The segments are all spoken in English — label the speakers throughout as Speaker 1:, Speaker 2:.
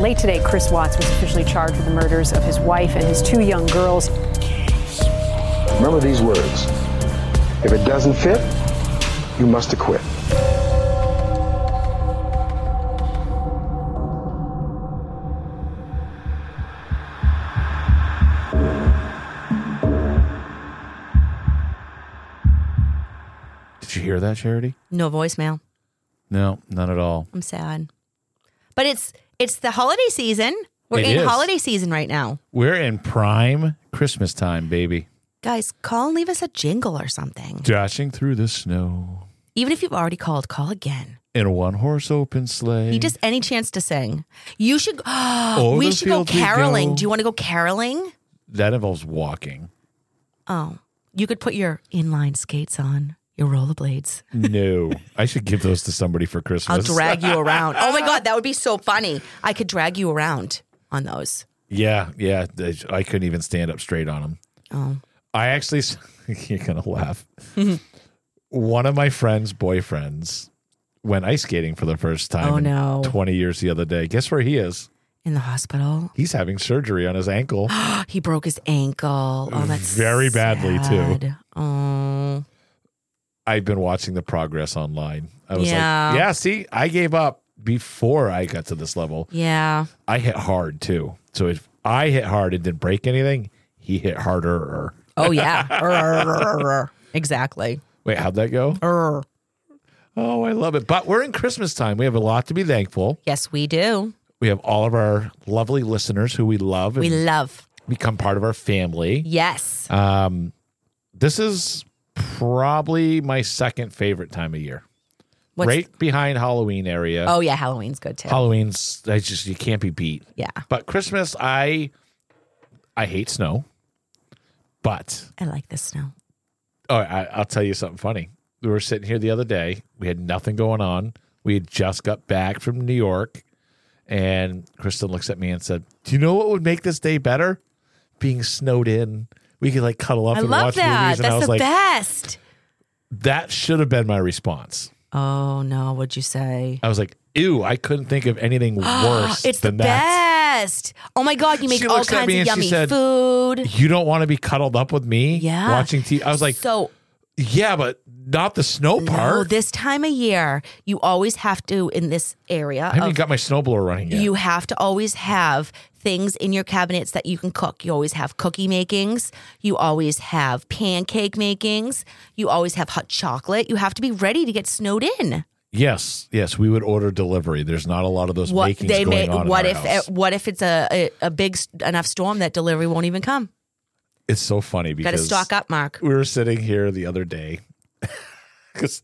Speaker 1: Late today, Chris Watts was officially charged with the murders of his wife and his two young girls.
Speaker 2: Remember these words. If it doesn't fit, you must acquit.
Speaker 3: Did you hear that, Charity?
Speaker 4: No voicemail.
Speaker 3: No, not at all.
Speaker 4: I'm sad. But it's it's the holiday season. We're
Speaker 3: It
Speaker 4: in
Speaker 3: is.
Speaker 4: holiday season right now.
Speaker 3: We're in prime Christmas time, baby.
Speaker 4: Guys, call and leave us a jingle or something.
Speaker 3: Dashing through the snow
Speaker 4: Even if you've already called, call again.
Speaker 3: in a one horse open sleigh.
Speaker 4: You just any chance to sing. You should
Speaker 3: Over
Speaker 4: we
Speaker 3: the
Speaker 4: should go
Speaker 3: fields we
Speaker 4: caroling.
Speaker 3: go.
Speaker 4: Do you want to go caroling?
Speaker 3: that involves walking.
Speaker 4: Oh. You could put your inline skates on, your rollerblades.
Speaker 3: No, I should give those to somebody for Christmas.
Speaker 4: I'll drag you around. Oh my god, that would be so funny. I could drag you around on those.
Speaker 3: Yeah, yeah. they- I couldn't even stand up straight on them.
Speaker 4: Oh.
Speaker 3: I actually, s- you're going to laugh. One of my friend's boyfriends went ice skating for the first time
Speaker 4: Oh,
Speaker 3: in
Speaker 4: no.
Speaker 3: 20 years the other day. Guess where he is?
Speaker 4: In the hospital.
Speaker 3: He's having surgery on his ankle.
Speaker 4: He broke his ankle. Oh, that's
Speaker 3: Very badly, too.
Speaker 4: sad. Oh,
Speaker 3: I've been watching the progress online. I was
Speaker 4: Yeah.
Speaker 3: like, yeah, see, I gave up before I got to this level.
Speaker 4: yeah.
Speaker 3: I hit hard too. So if I hit hard and didn't break anything, he hit harder.
Speaker 4: Oh, yeah. Arr, arr, arr, arr. exactly.
Speaker 3: Wait, how'd that go?
Speaker 4: Arr.
Speaker 3: Oh, I love it. But we're in Christmas time. We have a lot to be thankful.
Speaker 4: Yes, we do.
Speaker 3: We have all of our lovely listeners who we love and
Speaker 4: We love.
Speaker 3: become part of our family.
Speaker 4: Yes.
Speaker 3: Um, this is probably my second favorite time of year.
Speaker 4: What's-
Speaker 3: right behind Halloween area.
Speaker 4: Oh, yeah. Halloween's good too.
Speaker 3: Halloween's I just you can't be beat.
Speaker 4: yeah.
Speaker 3: But Christmas, I I hate snow. But
Speaker 4: I like the snow.
Speaker 3: oh, I, I'll tell you something funny. We were sitting here the other day. We had nothing going on. We had just got back from New York, and Kristen looks at me and said, "Do you know what would make this day better? Being snowed in. We could like cuddle up
Speaker 4: I
Speaker 3: and
Speaker 4: love
Speaker 3: watch
Speaker 4: that.
Speaker 3: movies." And I
Speaker 4: That's
Speaker 3: was
Speaker 4: the
Speaker 3: like,
Speaker 4: best.
Speaker 3: "That should have been my response."
Speaker 4: Oh, no. What'd you say?
Speaker 3: I was like, "Ew, I couldn't think of anything worse
Speaker 4: it's the
Speaker 3: than that."
Speaker 4: best. Oh, my God. You make
Speaker 3: She
Speaker 4: all
Speaker 3: looks at
Speaker 4: kinds
Speaker 3: me
Speaker 4: of
Speaker 3: and she
Speaker 4: yummy
Speaker 3: said,
Speaker 4: food.
Speaker 3: You don't want to be cuddled up with me,
Speaker 4: Yeah.
Speaker 3: Watching TV. I was like,
Speaker 4: so
Speaker 3: "Yeah, but not the snow
Speaker 4: no,
Speaker 3: part."
Speaker 4: this time of year, you always have to, in this area,
Speaker 3: I haven't
Speaker 4: of
Speaker 3: even got my snowblower running yet.
Speaker 4: You have to always have things in your cabinets that you can cook. You always have cookie makings. You always have pancake makings. You always have hot chocolate. You have to be ready to get snowed in.
Speaker 3: Yes, yes, we would order delivery. There's not a lot of those makings going on. in
Speaker 4: What
Speaker 3: our
Speaker 4: if?
Speaker 3: house.
Speaker 4: What if it's a, a a big s- enough storm that delivery won't even come?
Speaker 3: it's so funny because
Speaker 4: Got to stock up, Mark.
Speaker 3: We were sitting here the other day because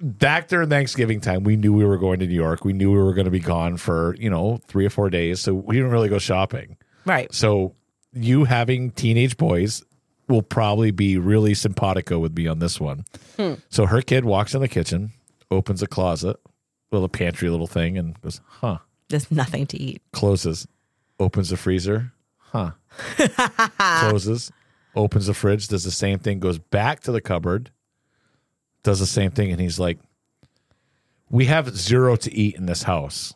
Speaker 3: back during Thanksgiving time, we knew we were going to New York. We knew we were going to be gone for you know three or four days, so we didn't really go shopping.
Speaker 4: Right.
Speaker 3: So you having teenage boys will probably be really simpatico with me on this one.
Speaker 4: Hmm.
Speaker 3: So her kid walks in the kitchen, opens a closet, little pantry, little thing, and goes, "Huh."
Speaker 4: There's nothing to eat.
Speaker 3: closes, opens the freezer, huh? closes, opens the fridge, does the same thing, goes back to the cupboard, does the same thing, and he's like, "We have zero to eat in this house,"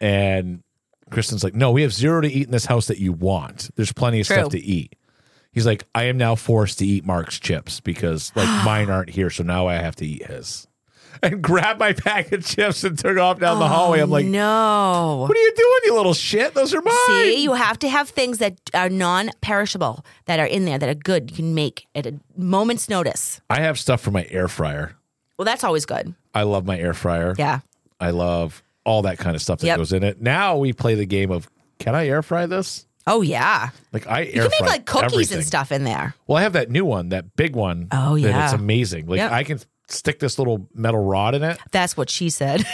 Speaker 3: and Kristen's like, "No, we have zero to eat in this house that you want. There's plenty of stuff to
Speaker 4: True.
Speaker 3: eat." He's like, "I am now forced to eat Mark's chips because like mine aren't here, so now I have to eat his." and grabbed my pack of chips and took off down the hallway. I'm like,
Speaker 4: no.
Speaker 3: what are you doing, you little shit? Those are mine.
Speaker 4: See, you have to have things that are non-perishable that are in there that are good. You can make at a moment's notice.
Speaker 3: I have stuff for my air fryer.
Speaker 4: Well, that's always good.
Speaker 3: I love my air fryer.
Speaker 4: Yeah.
Speaker 3: I love all that kind of stuff that
Speaker 4: Yep.
Speaker 3: goes in it. Now we play the game of can I air fry this?
Speaker 4: Oh yeah.
Speaker 3: Like I air
Speaker 4: You can make
Speaker 3: fry
Speaker 4: like cookies
Speaker 3: everything.
Speaker 4: and stuff in there.
Speaker 3: Well, I have that new one, that big one.
Speaker 4: Oh,
Speaker 3: that
Speaker 4: yeah.
Speaker 3: it's amazing. Like
Speaker 4: Yep.
Speaker 3: I can stick this little metal rod in it.
Speaker 4: That's what she said.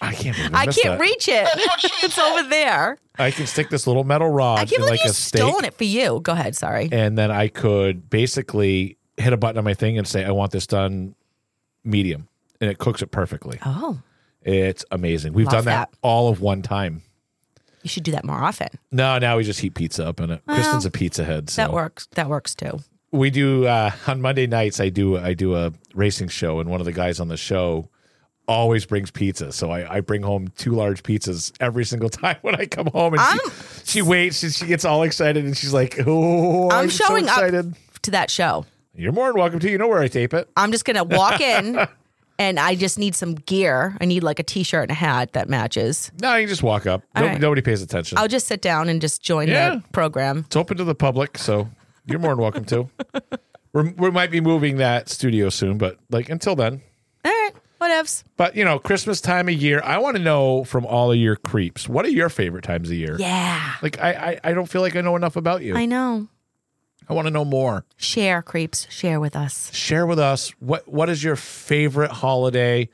Speaker 3: I can't. Believe
Speaker 4: I
Speaker 3: missed
Speaker 4: can't
Speaker 3: that.
Speaker 4: reach it. it's over there.
Speaker 3: I can stick this little metal rod
Speaker 4: I can't
Speaker 3: in
Speaker 4: believe
Speaker 3: like
Speaker 4: he's
Speaker 3: a steak,
Speaker 4: stolen it for you. Go ahead. Sorry.
Speaker 3: and then I could basically hit a button on my thing and say I want this done medium, and it cooks it perfectly.
Speaker 4: Oh,
Speaker 3: It's amazing. We've
Speaker 4: Love
Speaker 3: done that,
Speaker 4: that.
Speaker 3: all of one time.
Speaker 4: you should do that more often.
Speaker 3: No, now we just heat pizza up in it. Kristen's a pizza head, so
Speaker 4: That works. That works too.
Speaker 3: we do uh, on Monday nights. I do I do a racing show, and one of the guys on the show always brings pizza. So I, I bring home two large pizzas every single time when I come home, and
Speaker 4: I'm-
Speaker 3: she, she waits and she gets all excited, and she's like, "Oh, I'm,
Speaker 4: I'm showing
Speaker 3: so excited."
Speaker 4: up to that show.
Speaker 3: You're more than welcome to. You know where I tape it.
Speaker 4: I'm just gonna walk in, and I just need some gear. I need like a t-shirt and a hat that matches.
Speaker 3: No, you can just walk up.
Speaker 4: All
Speaker 3: No-
Speaker 4: right.
Speaker 3: Nobody pays attention.
Speaker 4: I'll just sit down and just join
Speaker 3: Yeah.
Speaker 4: the program.
Speaker 3: it's open to the public, so you're more than welcome to. We're, we might be moving that studio soon, but like until then.
Speaker 4: All right, whatevs.
Speaker 3: But you know, Christmas time of year, I want to know from all of your creeps, what are your favorite times of year?
Speaker 4: Yeah,
Speaker 3: Like I, I, I don't feel like I know enough about you.
Speaker 4: I
Speaker 3: I,
Speaker 4: know.
Speaker 3: want to know more.
Speaker 4: Share creeps. Share with us.
Speaker 3: Share with us what what is your favorite holiday?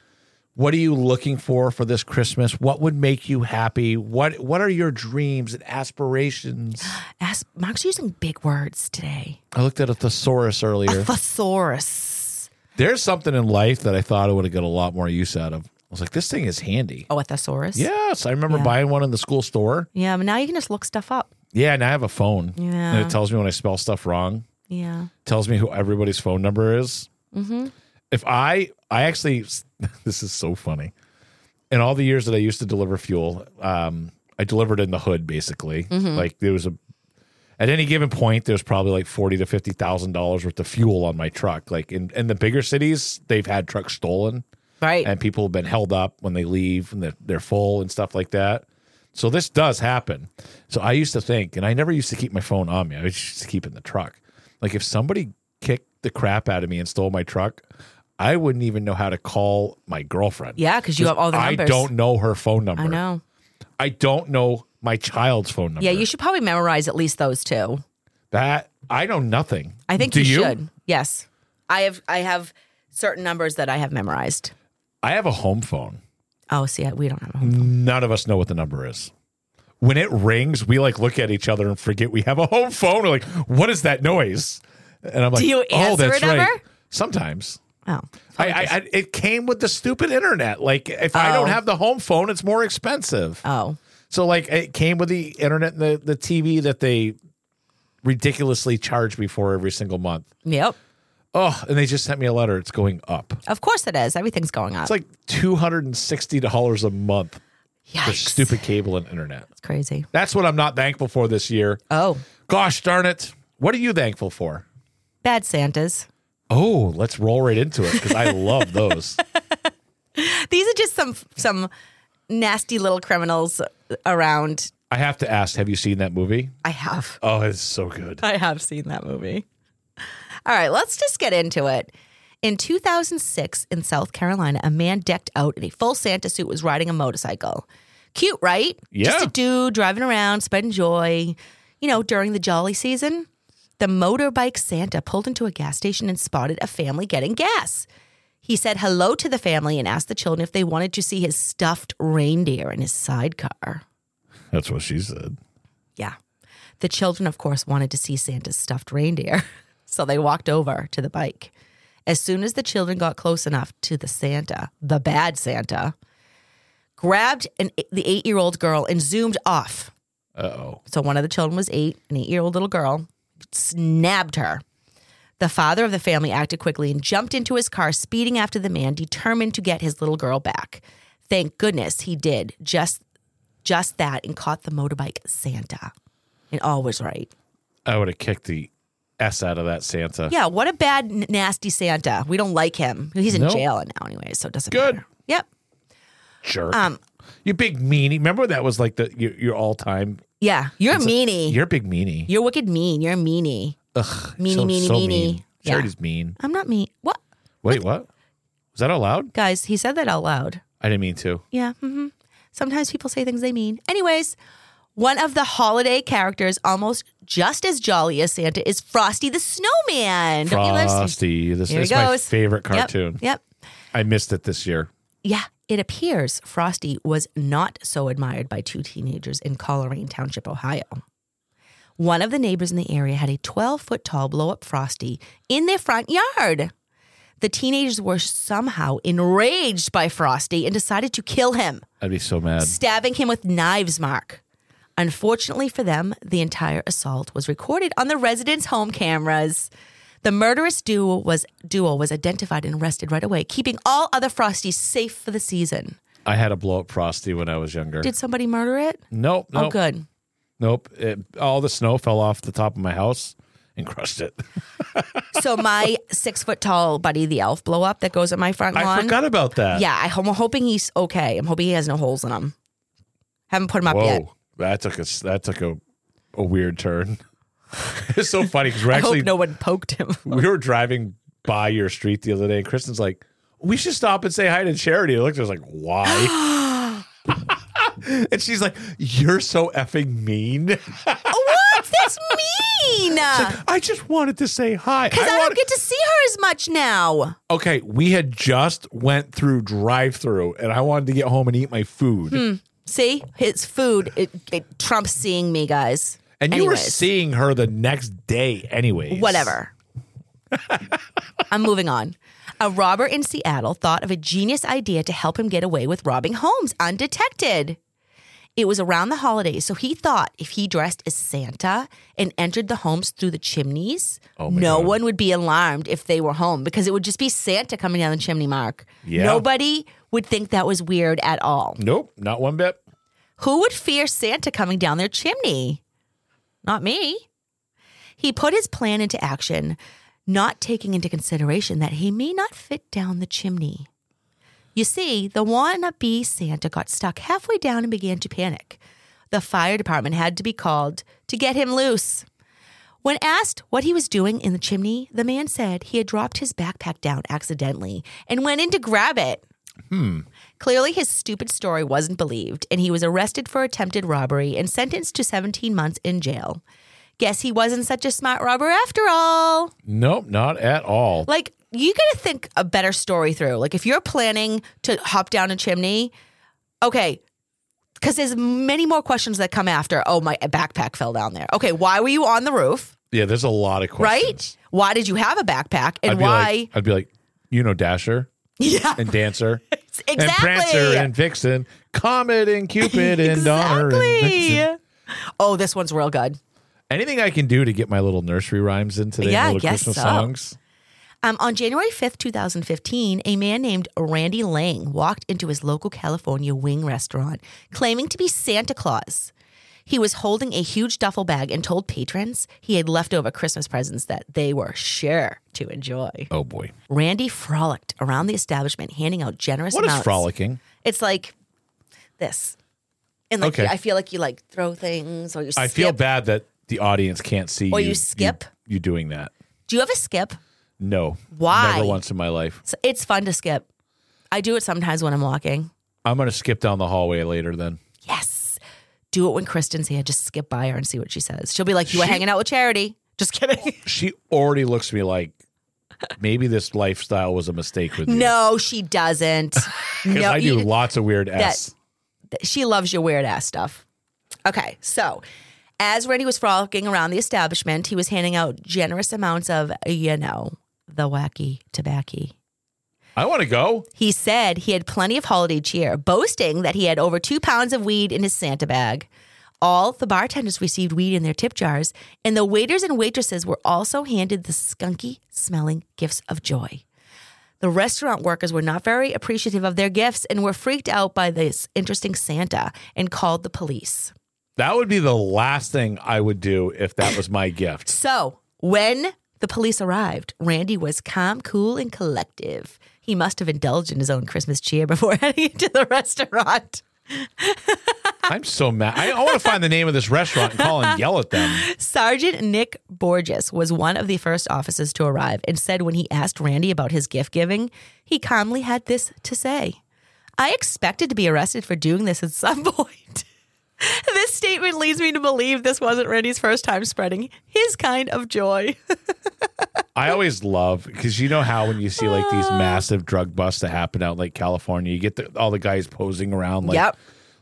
Speaker 3: What are you looking for for this Christmas? What would make you happy? What what are your dreams and aspirations?
Speaker 4: Ask, Mark's using big words today.
Speaker 3: I looked at a thesaurus earlier.
Speaker 4: Thesaurus.
Speaker 3: There's something in life that I thought I would have got a lot more use out of. I was like, this thing is handy.
Speaker 4: Oh, a thesaurus.
Speaker 3: Yes, I remember
Speaker 4: Yeah.
Speaker 3: buying one in the school store.
Speaker 4: Yeah, but now you can just look stuff up.
Speaker 3: Yeah, and I have a phone.
Speaker 4: Yeah.
Speaker 3: And it tells me when I spell stuff wrong.
Speaker 4: Yeah.
Speaker 3: tells me who everybody's phone number is.
Speaker 4: Mm-hmm.
Speaker 3: If I, I actually, this is so funny. In all the years that I used to deliver fuel, um, I delivered in the hood basically.
Speaker 4: Mm-hmm.
Speaker 3: Like there was a, at any given point, there's probably like forty to fifty thousand dollars worth of fuel on my truck. Like in, in the bigger cities, they've had trucks stolen
Speaker 4: Right.
Speaker 3: and people have been held up when they leave and they're, they're full and stuff like that. So this does happen. So I used to think, and I never used to keep my phone on me. I just used to keep it in the truck. Like if somebody kicked the crap out of me and stole my truck, I wouldn't even know how to call my girlfriend.
Speaker 4: Yeah, 'cause you have all the
Speaker 3: I
Speaker 4: numbers.
Speaker 3: don't know her phone number.
Speaker 4: I know.
Speaker 3: I don't know my child's phone number.
Speaker 4: Yeah, you should probably memorize at least those two.
Speaker 3: That I know nothing.
Speaker 4: I think
Speaker 3: Do
Speaker 4: you, should. Yes. I have I have certain numbers that I have memorized.
Speaker 3: I have a home phone.
Speaker 4: Oh, see, I, we don't have a home.
Speaker 3: None of us know what the number is. When it rings, we like look at each other and forget we have a home phone. We're like, what is that noise? And I'm like,
Speaker 4: you
Speaker 3: oh,
Speaker 4: answer
Speaker 3: that's
Speaker 4: it ever?"
Speaker 3: right. Sometimes.
Speaker 4: Oh.
Speaker 3: I, I, I it came with the stupid internet. Like if I don't
Speaker 4: Oh.
Speaker 3: have the home phone, it's more expensive.
Speaker 4: Oh.
Speaker 3: So like it came with the internet and the, the TV that they ridiculously charge me for every single month.
Speaker 4: Yep.
Speaker 3: Oh, and they just sent me a letter. It's going up.
Speaker 4: Of course it is. Everything's going up.
Speaker 3: It's like two hundred and sixty dollars a month for
Speaker 4: Yikes.
Speaker 3: stupid cable and internet.
Speaker 4: It's crazy.
Speaker 3: That's what I'm not thankful for this year.
Speaker 4: Oh.
Speaker 3: Gosh darn it. What are you thankful for?
Speaker 4: Bad Santas.
Speaker 3: Oh, let's roll right into it because I love those.
Speaker 4: These are just some some nasty little criminals around.
Speaker 3: I have to ask have you seen that movie?
Speaker 4: I have.
Speaker 3: Oh, it's so good.
Speaker 4: I have seen that movie. All right, let's just get into it. In 2006 in South Carolina, a man decked out in a full Santa suit was riding a motorcycle. Cute, right? Just
Speaker 3: Yeah.
Speaker 4: a dude driving around, spreading joy. You know, during the jolly season, the motorbike Santa pulled into a gas station and spotted a family getting gas. He said hello to the family and asked the children if they wanted to see his stuffed reindeer in his sidecar.
Speaker 3: That's what she said.
Speaker 4: Yeah. The children, of course, wanted to see Santa's stuffed reindeer. So they walked over to the bike. As soon as the children got close enough to the Santa, the bad Santa, grabbed an, the eight year old girl and zoomed off.
Speaker 3: Uh oh.
Speaker 4: So one of the children was eight, an eight year old little girl, snabbed her. The father of the family acted quickly and jumped into his car, speeding after the man, determined to get his little girl back. Thank goodness he did just just that and caught the motorbike Santa. And all was right.
Speaker 3: I would have kicked the S out of that Santa.
Speaker 4: Yeah, what a bad, n- nasty Santa. We don't like him. He's in
Speaker 3: Nope.
Speaker 4: jail now, anyway, so it doesn't
Speaker 3: Good.
Speaker 4: matter. Yep.
Speaker 3: Jerk.
Speaker 4: um,
Speaker 3: you big meanie. Remember that was like the your, your all time.
Speaker 4: Yeah. You're a meanie.
Speaker 3: You're a big meanie.
Speaker 4: You're wicked mean. You're a meanie.
Speaker 3: Ugh.
Speaker 4: Meanie,
Speaker 3: so,
Speaker 4: meanie,
Speaker 3: so
Speaker 4: meanie.
Speaker 3: Mean.
Speaker 4: Yeah.
Speaker 3: Charity's mean.
Speaker 4: I'm not mean. What?
Speaker 3: Wait, what? Was that out loud?
Speaker 4: Guys, he said that out loud.
Speaker 3: I didn't mean to.
Speaker 4: Yeah. hmm Sometimes people say things they mean. Anyways, one of the holiday characters, almost just as jolly as Santa, is Frosty the Snowman. Don't you love-
Speaker 3: Frosty. This
Speaker 4: Here he
Speaker 3: is my
Speaker 4: goes.
Speaker 3: favorite
Speaker 4: Yep,
Speaker 3: cartoon.
Speaker 4: yep.
Speaker 3: I missed it this year.
Speaker 4: Yeah, it appears Frosty was not so admired by two teenagers in Coleraine Township, Ohio. One of the neighbors in the area had a 12 foot tall blow up Frosty in their front yard. The teenagers were somehow enraged by Frosty and decided to kill him,
Speaker 3: I'd be so mad.
Speaker 4: stabbing him with knives, Mark. Unfortunately for them, the entire assault was recorded on the residents' home cameras. The murderous duo was, duo was identified and arrested right away, keeping all other Frosties safe for the season.
Speaker 3: I had a blow up frosty when I was younger.
Speaker 4: Did somebody murder it?
Speaker 3: nope, nope,
Speaker 4: Oh, good.
Speaker 3: nope. It, all the snow fell off the top of my house and crushed it.
Speaker 4: So my six foot tall buddy, the elf blow up that goes at my front lawn.
Speaker 3: I forgot about that.
Speaker 4: Yeah, I, am hoping he's okay. I'm hoping he has no holes in him. Haven't put him up
Speaker 3: Whoa,
Speaker 4: yet.
Speaker 3: that took a s- that took a a weird turn. it's so funny because we're
Speaker 4: I
Speaker 3: actually
Speaker 4: hope no one poked him.
Speaker 3: we were driving by your street the other day, and Kristen's like, "We should stop and say hi to Charity." I looked, at her, I was like, "Why?" and she's like, "You're so effing mean."
Speaker 4: Oh, what? That's mean. Because
Speaker 3: I just wanted to say hi.
Speaker 4: I,
Speaker 3: wanted-
Speaker 4: don't get to see her as much now.
Speaker 3: okay, we had just went through drive-through, and I wanted to get home and eat my food.
Speaker 4: Hmm. See, his food it, it trumps seeing me, guys.
Speaker 3: And you were
Speaker 4: Anyways,
Speaker 3: seeing her the next day, anyways.
Speaker 4: whatever. I'm moving on. A robber in Seattle thought of a genius idea to help him get away with robbing homes undetected. It was around the holidays, so he thought if he dressed as Santa and entered the homes through the chimneys,
Speaker 3: Oh
Speaker 4: no one would be alarmed if they were home because it would just be Santa coming down the chimney, Mark.
Speaker 3: Yeah.
Speaker 4: Nobody would think that was weird at all.
Speaker 3: Nope, not one bit.
Speaker 4: Who would fear Santa coming down their chimney? Not me. He put his plan into action, not taking into consideration that he may not fit down the chimney. You see, the wannabe Santa got stuck halfway down and began to panic. The fire department had to be called to get him loose. When asked what he was doing in the chimney, the man said he had dropped his backpack down accidentally and went in to grab it. Clearly, his stupid story wasn't believed, and he was arrested for attempted robbery and sentenced to 17 months in jail. Guess he wasn't such a smart robber after all.
Speaker 3: Nope, not at all.
Speaker 4: Like, you gotta think a better story through. Like, if you're planning to hop down a chimney, okay, because there's many more questions that come after. Oh, my backpack fell down there. Okay, why were you on the roof,
Speaker 3: Yeah, there's a lot of questions.
Speaker 4: right? Why did you have a backpack, and
Speaker 3: I'd be
Speaker 4: why?
Speaker 3: Like, I'd be like, you know, Dasher
Speaker 4: yeah,
Speaker 3: and Dancer and
Speaker 4: exactly.
Speaker 3: Prancer and Vixen, Comet and Cupid and Donner and Vixen.
Speaker 4: Oh, this one's real good.
Speaker 3: Anything I can do to get my little nursery rhymes in today,
Speaker 4: Yeah, I
Speaker 3: little
Speaker 4: guess
Speaker 3: Christmas
Speaker 4: so.
Speaker 3: songs.
Speaker 4: Um, on January 5th, 2015, a man named Randy Lang walked into his local California wing restaurant claiming to be Santa Claus. He was holding a huge duffel bag and told patrons he had leftover Christmas presents that they were sure to enjoy.
Speaker 3: Oh boy,
Speaker 4: Randy frolicked around the establishment, handing out generous
Speaker 3: what is
Speaker 4: amounts.
Speaker 3: frolicking?
Speaker 4: It's like this. And like
Speaker 3: Okay.
Speaker 4: I feel like you like throw things or you skip.
Speaker 3: I feel bad that the audience can't see
Speaker 4: Or
Speaker 3: you,
Speaker 4: you skip.
Speaker 3: you, you doing that.
Speaker 4: Do you ever skip?
Speaker 3: No,
Speaker 4: Why?
Speaker 3: Never once in my life.
Speaker 4: It's- It's fun to skip. I do it sometimes when I'm walking.
Speaker 3: I'm gonna skip down the hallway later. Then
Speaker 4: Yes. Do it when Kristen's here. Just skip by her and see what she says. She'll be like, You were hanging out with Charity. Just kidding.
Speaker 3: she already looks at me like maybe this lifestyle was a mistake with you.
Speaker 4: no, she doesn't.
Speaker 3: 'Cause
Speaker 4: no,
Speaker 3: I do
Speaker 4: you-
Speaker 3: lots of weird s.
Speaker 4: th- she loves your weird ass stuff. Okay, so as Randy was frolicking around the establishment, he was handing out generous amounts of, you know, the wacky tobacco.
Speaker 3: I want to go.
Speaker 4: He said he had plenty of holiday cheer, boasting that he had over two pounds of weed in his Santa bag. All the bartenders received weed in their tip jars, and the waiters and waitresses were also handed the skunky smelling gifts of joy. The restaurant workers were not very appreciative of their gifts and were freaked out by this interesting Santa and called the police.
Speaker 3: That would be the last thing I would do if that was my gift.
Speaker 4: So When the police arrived, Randy was calm, cool, and collective. He must have indulged in his own Christmas cheer before heading into the restaurant.
Speaker 3: I'm so mad. I, I want to find the name of this restaurant and call and yell at them.
Speaker 4: Sergeant Nick Borges was one of the first officers to arrive and said when he asked Randy about his gift giving, he calmly had this to say I expected to be arrested for doing this at some point. this statement leads me to believe this wasn't Randy's first time spreading his kind of joy.
Speaker 3: I always love because you know how when you see like
Speaker 4: Ah.
Speaker 3: these massive drug busts that happen out in, like California, you get the, all the guys posing around like,
Speaker 4: Yep.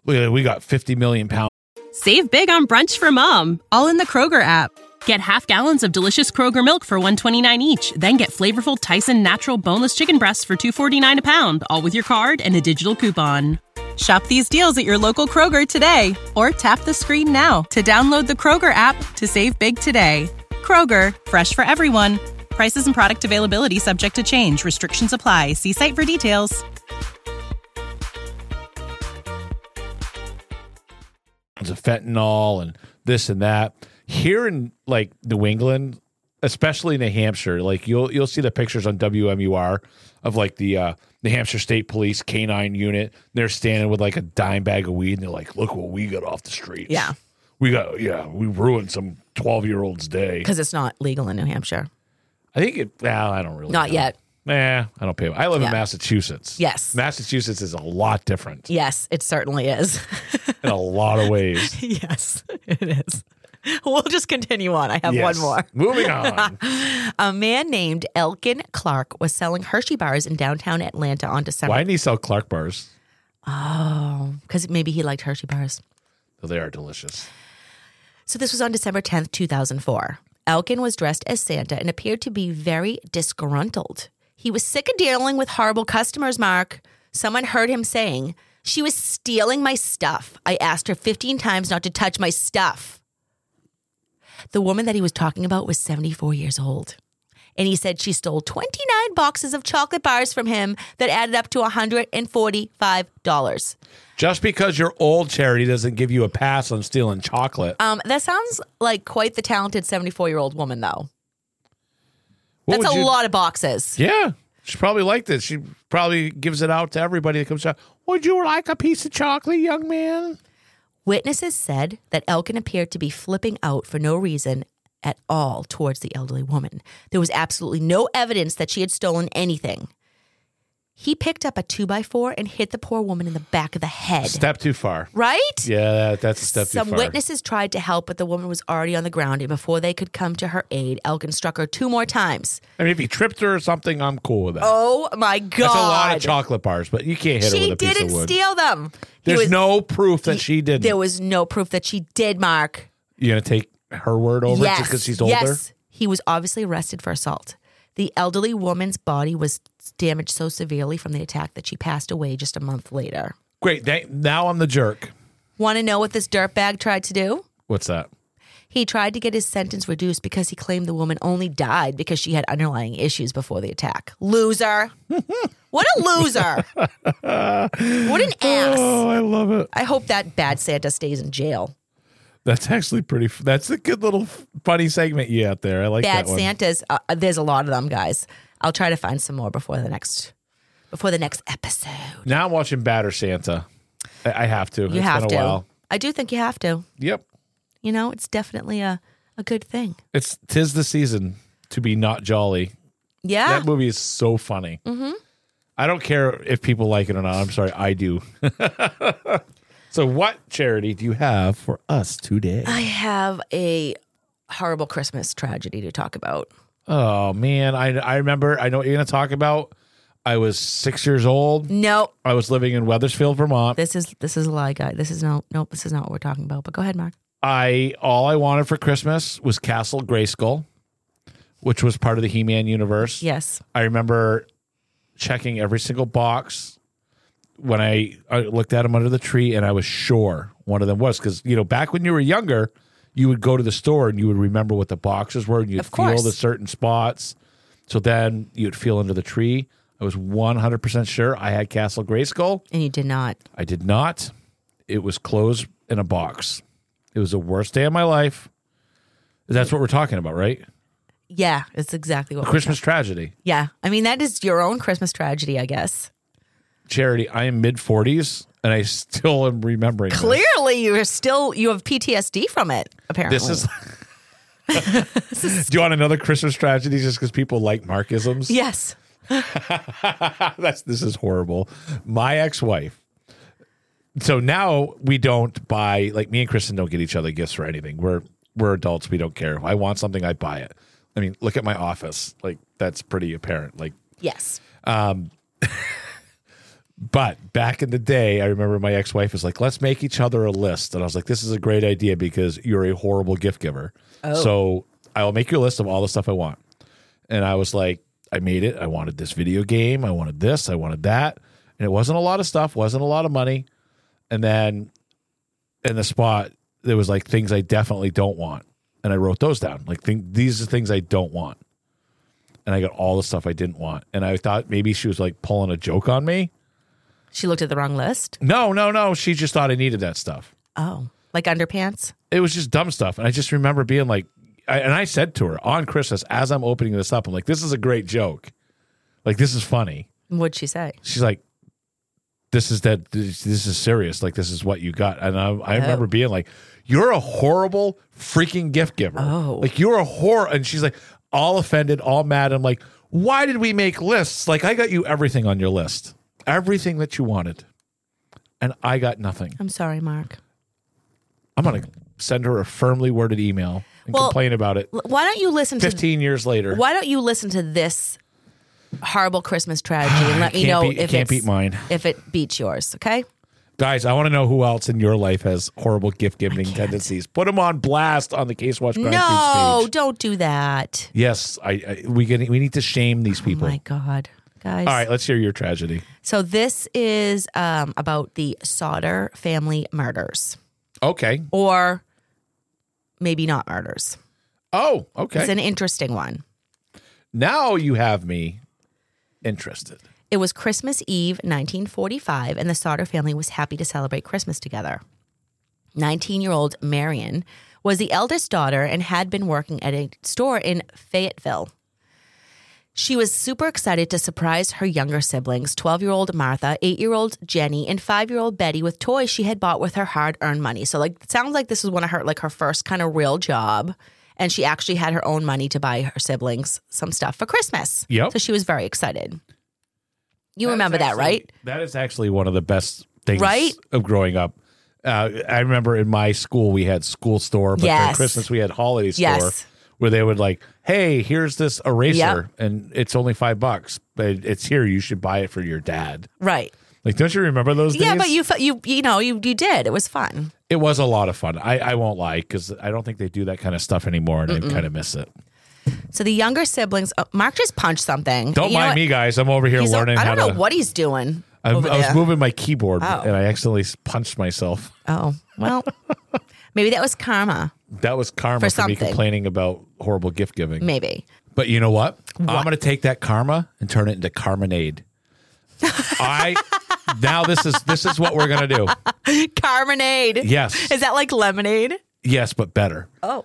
Speaker 3: "Look, we got 50 million pounds.
Speaker 5: Save big on brunch for mom, all in the Kroger app. Get half gallons of delicious Kroger milk for 129 each, then get flavorful Tyson natural boneless chicken breasts for 249 a pound, all with your card and a digital coupon. Shop these deals at your local Kroger today or tap the screen now to download the Kroger app to save big today. Kroger, fresh for everyone. Prices and product availability subject to change. Restrictions apply. See site for details.
Speaker 3: of fentanyl and this and that. Here in like New England, especially New Hampshire, like you'll you'll see the pictures on WMUR of like the uh, New Hampshire State Police K9 unit. They're standing with like a dime bag of weed, and they're like, "Look what we got off the streets."
Speaker 4: Yeah.
Speaker 3: we got yeah, we ruined some twelve year old's day.
Speaker 4: Because it's not legal in New Hampshire.
Speaker 3: I think it. Well, I don't really.
Speaker 4: Not
Speaker 3: know.
Speaker 4: yet.
Speaker 3: Nah, I don't pay. I live in
Speaker 4: Yeah.
Speaker 3: Massachusetts.
Speaker 4: Yes.
Speaker 3: Massachusetts is a lot different
Speaker 4: Yes, it certainly is.
Speaker 3: in a lot of ways.
Speaker 4: yes, it is. We'll just continue on. I have
Speaker 3: Yes.
Speaker 4: one more.
Speaker 3: Moving on.
Speaker 4: A man named Elkin Clark was selling Hershey bars in downtown Atlanta on
Speaker 3: Why
Speaker 4: December.
Speaker 3: didn't he sell Clark bars?
Speaker 4: Because maybe he liked Hershey bars.
Speaker 3: Though they are delicious.
Speaker 4: So this was on December 10th, 2004. Elkin was dressed as Santa and appeared to be very disgruntled. He was sick of dealing with horrible customers, Mark. Someone heard him saying, She was stealing my stuff. I asked her 15 times not to touch my stuff. The woman that he was talking about was 74 years old. And he said she stole 29 boxes of chocolate bars from him that added up to $145.
Speaker 3: Just because you're old, Charity, doesn't give you a pass on stealing chocolate.
Speaker 4: Um, that sounds like quite the talented 74 year old woman, though.
Speaker 3: What
Speaker 4: That's
Speaker 3: would
Speaker 4: a
Speaker 3: you-
Speaker 4: lot of boxes.
Speaker 3: Yeah. She probably liked it. She probably gives it out to everybody that comes out. Would you like a piece of chocolate, young man?
Speaker 4: Witnesses said that Elkin appeared to be flipping out for no reason at all towards the elderly woman. There was absolutely no evidence that she had stolen anything. He picked up a two by four and hit the poor woman in the back of the head.
Speaker 3: Step too far.
Speaker 4: right?
Speaker 3: Yeah, that, that's a step
Speaker 4: Some
Speaker 3: too far.
Speaker 4: witnesses tried to help, but the woman was already on the ground, and before they could come to her aid, Elkin struck her two more times.
Speaker 3: I mean, if he tripped her or something, I'm cool with that.
Speaker 4: Oh my god!
Speaker 3: that's a lot of chocolate bars, but you can't hit her
Speaker 4: She
Speaker 3: with a piece
Speaker 4: didn't
Speaker 3: of wood.
Speaker 4: steal them. He
Speaker 3: There's
Speaker 4: was-
Speaker 3: no proof that she didn't.
Speaker 4: There was no proof that she did, Mark.
Speaker 3: You're going to take her word over it
Speaker 4: yes.
Speaker 3: because Oh, she's older?
Speaker 4: Yes. He was obviously arrested for assault. The elderly woman's body was damaged so severely from the attack that she passed away just a month later.
Speaker 3: Great. Thank- now I'm the jerk.
Speaker 4: Want to know what this dirtbag tried to do?
Speaker 3: What's that?
Speaker 4: He tried to get his sentence reduced because he claimed the woman only died because she had underlying issues before the attack. Loser. what a loser. what an ass.
Speaker 3: Oh, I love it.
Speaker 4: I hope that bad Santa stays in jail.
Speaker 3: That's actually pretty. F- that's a good little f- funny segment you out there. I like
Speaker 4: bad
Speaker 3: that one.
Speaker 4: Santas. Uh, there's a lot of them, guys. I'll try to find some more before the next before the next episode.
Speaker 3: Now I'm watching Batter Santa. I, I have to.
Speaker 4: You
Speaker 3: It's
Speaker 4: have
Speaker 3: been a
Speaker 4: to.
Speaker 3: while.
Speaker 4: I do think you have to.
Speaker 3: Yep.
Speaker 4: You know, it's definitely a a good thing.
Speaker 3: It's tis the season to be not jolly.
Speaker 4: Yeah.
Speaker 3: That movie is so funny. Mm-hmm. I don't care if people like it or not. I'm sorry, I do. so, what charity do you have for us today?
Speaker 4: I have a horrible Christmas tragedy to talk about.
Speaker 3: Oh man, I I remember. I know what you're gonna talk about. I was six years old.
Speaker 4: No,
Speaker 3: I was living in Weathersfield, Vermont.
Speaker 4: this is this is a lie, guy. This is no nope, this is not what we're talking about. But go ahead, Mark.
Speaker 3: I all I wanted for Christmas was Castle Grayskull, which was part of the He-Man universe.
Speaker 4: Yes.
Speaker 3: I remember checking every single box when I, I looked at them under the tree, and I was sure one of them was because you know back when you were younger, you would go to the store and you would remember what the boxes were, and you'd
Speaker 4: Of
Speaker 3: feel
Speaker 4: course.
Speaker 3: the certain spots. So then you'd feel under the tree. I was one hundred percent sure I had Castle Grayskull.
Speaker 4: And you did not.
Speaker 3: I did not. It was closed in a box. It was the worst day of my life. That's what we're talking about, right?
Speaker 4: Yeah, it's exactly what.
Speaker 3: Christmas tragedy.
Speaker 4: Yeah, I mean that is your own Christmas tragedy, I guess.
Speaker 3: Charity, I am mid 40s and I still am remembering. this.
Speaker 4: Clearly, you are still you have PTSD from it. Apparently,
Speaker 3: This is. Do you want another Christmas tragedy just because people like Markisms?
Speaker 4: yes.
Speaker 3: That's this is horrible. My ex-wife. So now we don't buy like me and Kristen don't get each other gifts or anything. We're we're adults. We don't care. If I want something, I buy it. I mean, look at my office. Like that's pretty apparent. Like
Speaker 4: Yes.
Speaker 3: But back in the day, I remember my ex wife was like, let's make each other a list. And I was like, this is a great idea because you're a horrible gift giver. So I'll make you a list of all the stuff I want. And I was like, I made it. I wanted this video game. I wanted this. I wanted that. And it wasn't a lot of stuff, wasn't a lot of money. And then in the spot, there was like things I definitely don't want. And I wrote those down. Like, think, these are things I don't want. And I got all the stuff I didn't want. And I thought maybe she was like pulling a joke on me.
Speaker 4: She looked at the wrong list.
Speaker 3: No, no, no. She just thought I needed that stuff.
Speaker 4: Oh, like underpants.
Speaker 3: It was just dumb stuff. And I just remember being like, I, and I said to her on Christmas, as I'm opening this up, I'm like, this is a great joke. Like, this is funny.
Speaker 4: What'd she say?
Speaker 3: She's like, this is that, this, this is serious. Like, this is what you got. And I, I remember being like, you're a horrible freaking gift giver.
Speaker 4: Oh.
Speaker 3: Like, you're a whore. And she's like, all offended, all mad. I'm like, why did we make lists? Like, I got you everything on your list, everything that you wanted. And I got nothing.
Speaker 4: I'm sorry, Mark.
Speaker 3: I'm going to send her a firmly worded email and
Speaker 4: Well,
Speaker 3: complain about it
Speaker 4: L- Why don't you listen to
Speaker 3: 15 years later.
Speaker 4: Why don't you listen to this horrible Christmas tragedy and let me
Speaker 3: Ah, Can't
Speaker 4: know
Speaker 3: beat-
Speaker 4: if
Speaker 3: can't
Speaker 4: it's,
Speaker 3: beat mine.
Speaker 4: if it beats yours? Okay.
Speaker 3: Guys, I want to know who else in your life has horrible gift giving tendencies. Put them on blast on the Case Watch Crime Team's
Speaker 4: No,
Speaker 3: page.
Speaker 4: don't do that.
Speaker 3: Yes, I, I we get, we need to shame these people.
Speaker 4: Oh my God, guys.
Speaker 3: All right, let's hear your tragedy.
Speaker 4: So this is um, about the Sauter family murders,
Speaker 3: Okay.
Speaker 4: or maybe not murders.
Speaker 3: Oh, okay.
Speaker 4: It's an interesting one.
Speaker 3: now you have me interested.
Speaker 4: It was Christmas Eve, 1945, and the Sauter family was happy to celebrate Christmas together. 19 year old Marion was the eldest daughter and had been working at a store in Fayetteville. She was super excited to surprise her younger siblings 12 year old Martha, 8 year old Jenny, and 5 year old Betty with toys she had bought with her hard earned money. So, like, it sounds like this was one of her, like, her first kind of real job. And she actually had her own money to buy her siblings some stuff for Christmas.
Speaker 3: Yep.
Speaker 4: So she was very excited. You remember that, right?
Speaker 3: That is actually one of the best things
Speaker 4: Right?
Speaker 3: of growing up. Uh, I remember in my school we had school store, but during
Speaker 4: Yes.
Speaker 3: Christmas we had holiday store
Speaker 4: Yes.
Speaker 3: where they would like, hey, here's this eraser
Speaker 4: Yep.
Speaker 3: and it's only five bucks, but it's here. You should buy it for your dad.
Speaker 4: Right.
Speaker 3: Like, don't you remember those days?
Speaker 4: Yeah, but you fe- you you know you you did. It was fun.
Speaker 3: It was a lot of fun. I, I won't lie because I don't think they do that kind of stuff anymore, and I kind of miss it.
Speaker 4: So the younger siblings, oh, Mark just punched something.
Speaker 3: Don't
Speaker 4: You know
Speaker 3: mind
Speaker 4: what?
Speaker 3: me, guys. I'm over here
Speaker 4: He's-
Speaker 3: learning
Speaker 4: I
Speaker 3: how
Speaker 4: don't know
Speaker 3: to.
Speaker 4: what he's doing
Speaker 3: I,
Speaker 4: over
Speaker 3: I was
Speaker 4: there.
Speaker 3: moving my keyboard
Speaker 4: Oh.
Speaker 3: and I accidentally punched myself.
Speaker 4: Oh well, maybe that was karma.
Speaker 3: That was karma
Speaker 4: For
Speaker 3: for, me
Speaker 4: something.
Speaker 3: complaining about horrible gift giving.
Speaker 4: Maybe
Speaker 3: But you know what? I'm going to take that karma and turn it into carmenade. I now this is this is what we're going to do.
Speaker 4: carbonade.
Speaker 3: Yes.
Speaker 4: Is that like lemonade?
Speaker 3: Yes, but better.
Speaker 4: Oh,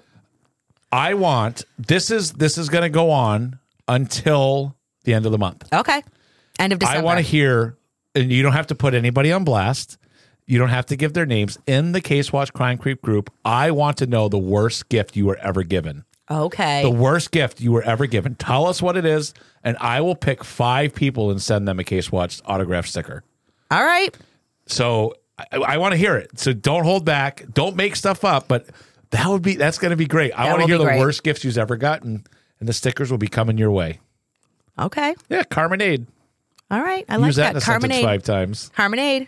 Speaker 3: I want this is this is going to go on until the end of the month.
Speaker 4: okay. End of December.
Speaker 3: I want to hear and you don't have to put anybody on blast. You don't have to give their names in the Case Watch Crime Creep group. I want to know the worst gift you were ever given.
Speaker 4: Okay.
Speaker 3: the worst gift you were ever given. Tell us what it is, and I will pick five people and send them a Case Watch autograph sticker.
Speaker 4: All right.
Speaker 3: So I, I want to hear it. So don't hold back. Don't make stuff up. But that would be that's going to be great. I
Speaker 4: That
Speaker 3: want
Speaker 4: will
Speaker 3: to hear
Speaker 4: be
Speaker 3: the
Speaker 4: great.
Speaker 3: worst gifts you've ever gotten, and the stickers will be coming your way.
Speaker 4: Okay.
Speaker 3: Yeah, Carmenade.
Speaker 4: All right. I like
Speaker 3: Use that, in a sentence
Speaker 4: Carbonade.
Speaker 3: five times.
Speaker 4: Harmonade.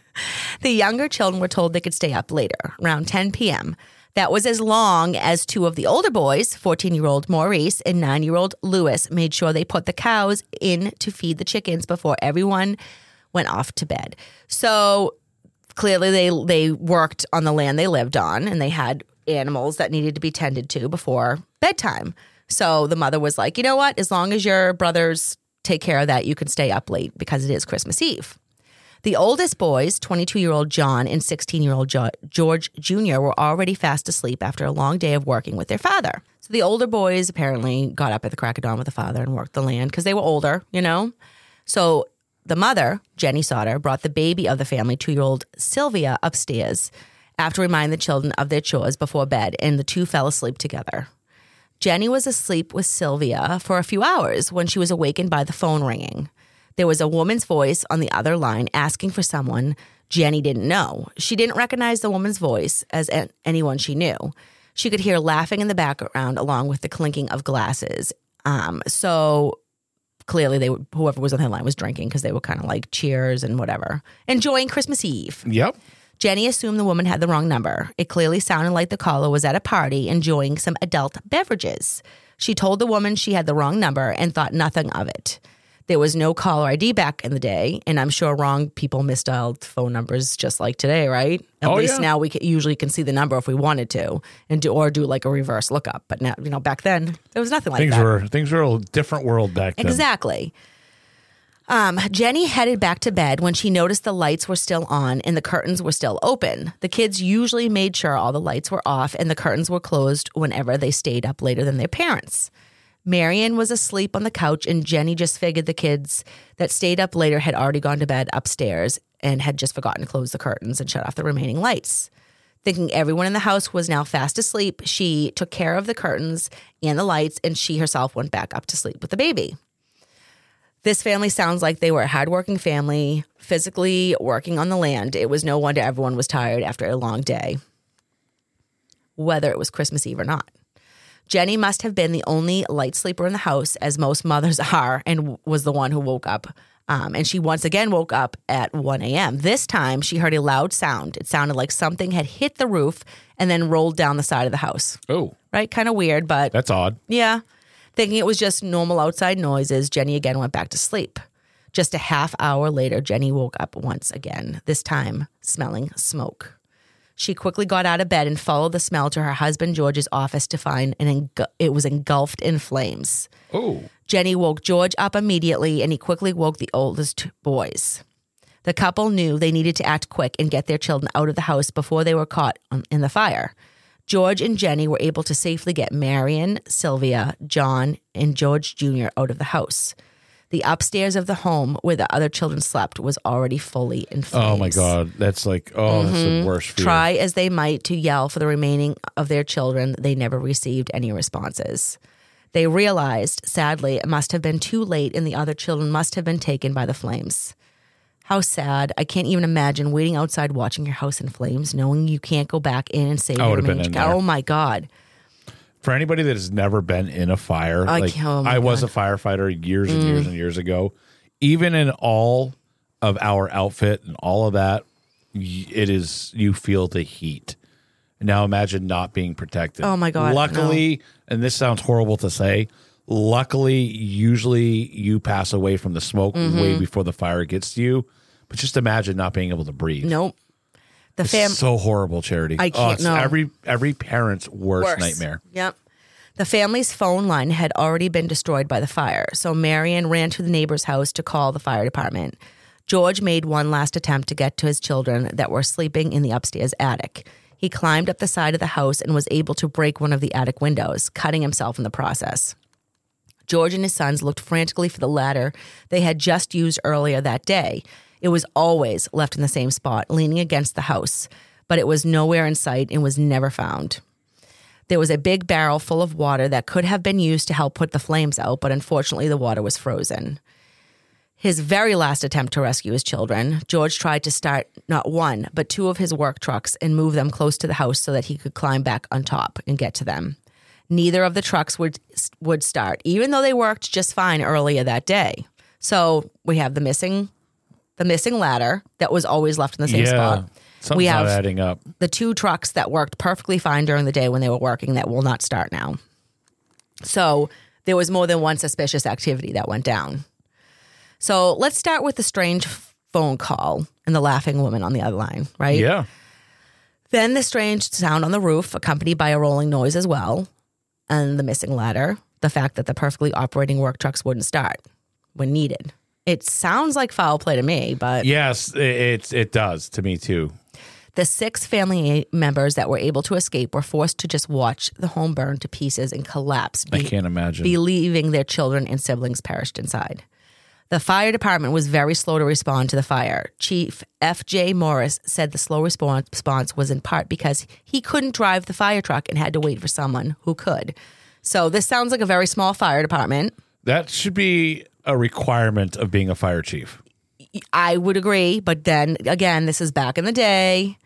Speaker 4: the younger children were told they could stay up later, around 10 p.m. That was as long as two of the older boys, 14 year old Maurice and 9 year old Lewis, made sure they put the cows in to feed the chickens before everyone went off to bed. So clearly they they worked on the land they lived on and they had animals that needed to be tended to before bedtime. So the mother was like, "You know what? As long as your brothers take care of that, you can stay up late because it is Christmas Eve." The oldest boys, 22 year old John and 16 year old jo- George Jr., were already fast asleep after a long day of working with their father. So the older boys apparently got up at the crack of dawn with the father and worked the land because they were older, you know? So the mother, Jenny Sauter, brought the baby of the family, two year old Sylvia, upstairs after reminding the children of their chores before bed, and the two fell asleep together. Jenny was asleep with Sylvia for a few hours when she was awakened by the phone ringing. There was a woman's voice on the other line asking for someone Jenny didn't know. She didn't recognize the woman's voice as an- anyone she knew. She could hear laughing in the background along with the clinking of glasses. Um, so clearly, they were, whoever was on that line was drinking because they were kind of like cheers and whatever, enjoying Christmas Eve.
Speaker 3: Yep.
Speaker 4: Jenny assumed the woman had the wrong number. It clearly sounded like the caller was at a party enjoying some adult beverages. She told the woman she had the wrong number and thought nothing of it. There was no caller ID back in the day, and I'm sure wrong people misdialed phone numbers just like today, right? At
Speaker 3: Oh,
Speaker 4: least
Speaker 3: yeah.
Speaker 4: now we can, usually can see the number if we wanted to, and do or do like a reverse lookup. But now, you know, back then there was nothing like
Speaker 3: Things
Speaker 4: that.
Speaker 3: were things were a different world back then.
Speaker 4: Exactly. Um, Jenny headed back to bed when she noticed the lights were still on and the curtains were still open. The kids usually made sure all the lights were off and the curtains were closed whenever they stayed up later than their parents. Marion was asleep on the couch, and Jenny just figured the kids that stayed up later had already gone to bed upstairs and had just forgotten to close the curtains and shut off the remaining lights. Thinking everyone in the house was now fast asleep, she took care of the curtains and the lights, and she herself went back up to sleep with the baby this family sounds like they were a hardworking family, physically working on the land. It was no wonder everyone was tired after a long day, whether it was Christmas Eve or not. Jenny must have been the only light sleeper in the house, as most mothers are, and w- was the one who woke up. Um, and she once again woke up at 1 a.m. This time, she heard a loud sound. It sounded like something had hit the roof and then rolled down the side of the house.
Speaker 3: Oh,
Speaker 4: Right? Kind of weird, but
Speaker 3: that's odd.
Speaker 4: yeah. Thinking it was just normal outside noises, Jenny again went back to sleep. Just a half hour later, Jenny woke up once again, this time smelling smoke. She quickly got out of bed and followed the smell to her husband George's office to find an eng- it was engulfed in flames.
Speaker 3: Oh,
Speaker 4: Jenny woke George up immediately and he quickly woke the oldest boys. The couple knew they needed to act quick and get their children out of the house before they were caught on, in the fire. George and Jenny were able to safely get Marion, Sylvia, John, and George Jr. out of the house. The upstairs of the home where the other children slept was already fully in flames.
Speaker 3: oh my God, that's like oh, that's the worst. Fear.
Speaker 4: Mm-hmm. Try as they might to yell for the remaining of their children, they never received any responses. They realized, sadly, it must have been too late and the other children must have been taken by the flames. How sad. I can't even imagine waiting outside watching your house in flames, knowing you can't go back in and save
Speaker 3: I
Speaker 4: your
Speaker 3: would've been
Speaker 4: remaining
Speaker 3: in
Speaker 4: chi-
Speaker 3: there.
Speaker 4: Oh my God.
Speaker 3: for anybody that has never been in a fire,
Speaker 4: I
Speaker 3: like
Speaker 4: can't- oh my Mm.
Speaker 3: I was a firefighter years and years and years ago, even in all of our outfit and all of that, y- it is you feel the heat. Now imagine not being protected.
Speaker 4: Oh my God,
Speaker 3: Luckily, and this sounds horrible to say, luckily usually you pass away from the smoke
Speaker 4: Mm-hmm.
Speaker 3: way before the fire gets to you. But just imagine not being able to breathe.
Speaker 4: Nope. The
Speaker 3: It's
Speaker 4: fam-
Speaker 3: so horrible, Charity.
Speaker 4: I
Speaker 3: oh,
Speaker 4: can't-
Speaker 3: it's
Speaker 4: no.
Speaker 3: every every parent's worst
Speaker 4: Worse.
Speaker 3: nightmare.
Speaker 4: Yep. The family's phone line had already been destroyed by the fire, so Marion ran to the neighbor's house to call the fire department. George made one last attempt to get to his children that were sleeping in the upstairs attic. He climbed up the side of the house and was able to break one of the attic windows, cutting himself in the process. George and his sons looked frantically for the ladder they had just used earlier that day. It was always left in the same spot, leaning against the house, but it was nowhere in sight and was never found. There was a big barrel full of water that could have been used to help put the flames out, but unfortunately, the water was frozen. His very last attempt to rescue his children, George tried to start not one, but two of his work trucks and move them close to the house so that he could climb back on top and get to them. Neither of the trucks would would start, even though they worked just fine earlier that day. So we have the missing the missing ladder that was always left in the same spot.
Speaker 3: Something's
Speaker 4: we have
Speaker 3: not adding up.
Speaker 4: the two trucks that worked perfectly fine during the day when they were working that will not start now. So there was more than one suspicious activity that went down. So let's start with the strange f- phone call and the laughing woman on the other line, right?
Speaker 3: Yeah.
Speaker 4: Then the strange sound on the roof, accompanied by a rolling noise as well, and the missing ladder, the fact that the perfectly operating work trucks wouldn't start when needed, It sounds like foul play to me, but
Speaker 3: Yes, it, it it does to me too.
Speaker 4: the six family members that were able to escape were forced to just watch the home burn to pieces and collapse.
Speaker 3: I
Speaker 4: be-
Speaker 3: can't imagine.
Speaker 4: Believing their children and siblings perished inside. The fire department was very slow to respond to the fire. Chief F.J. Morris said the slow response, response was in part because he couldn't drive the fire truck and had to wait for someone who could. So this sounds like a very small fire department.
Speaker 3: that should be a requirement of being a fire chief.
Speaker 4: I would agree, but then again, this is back in the day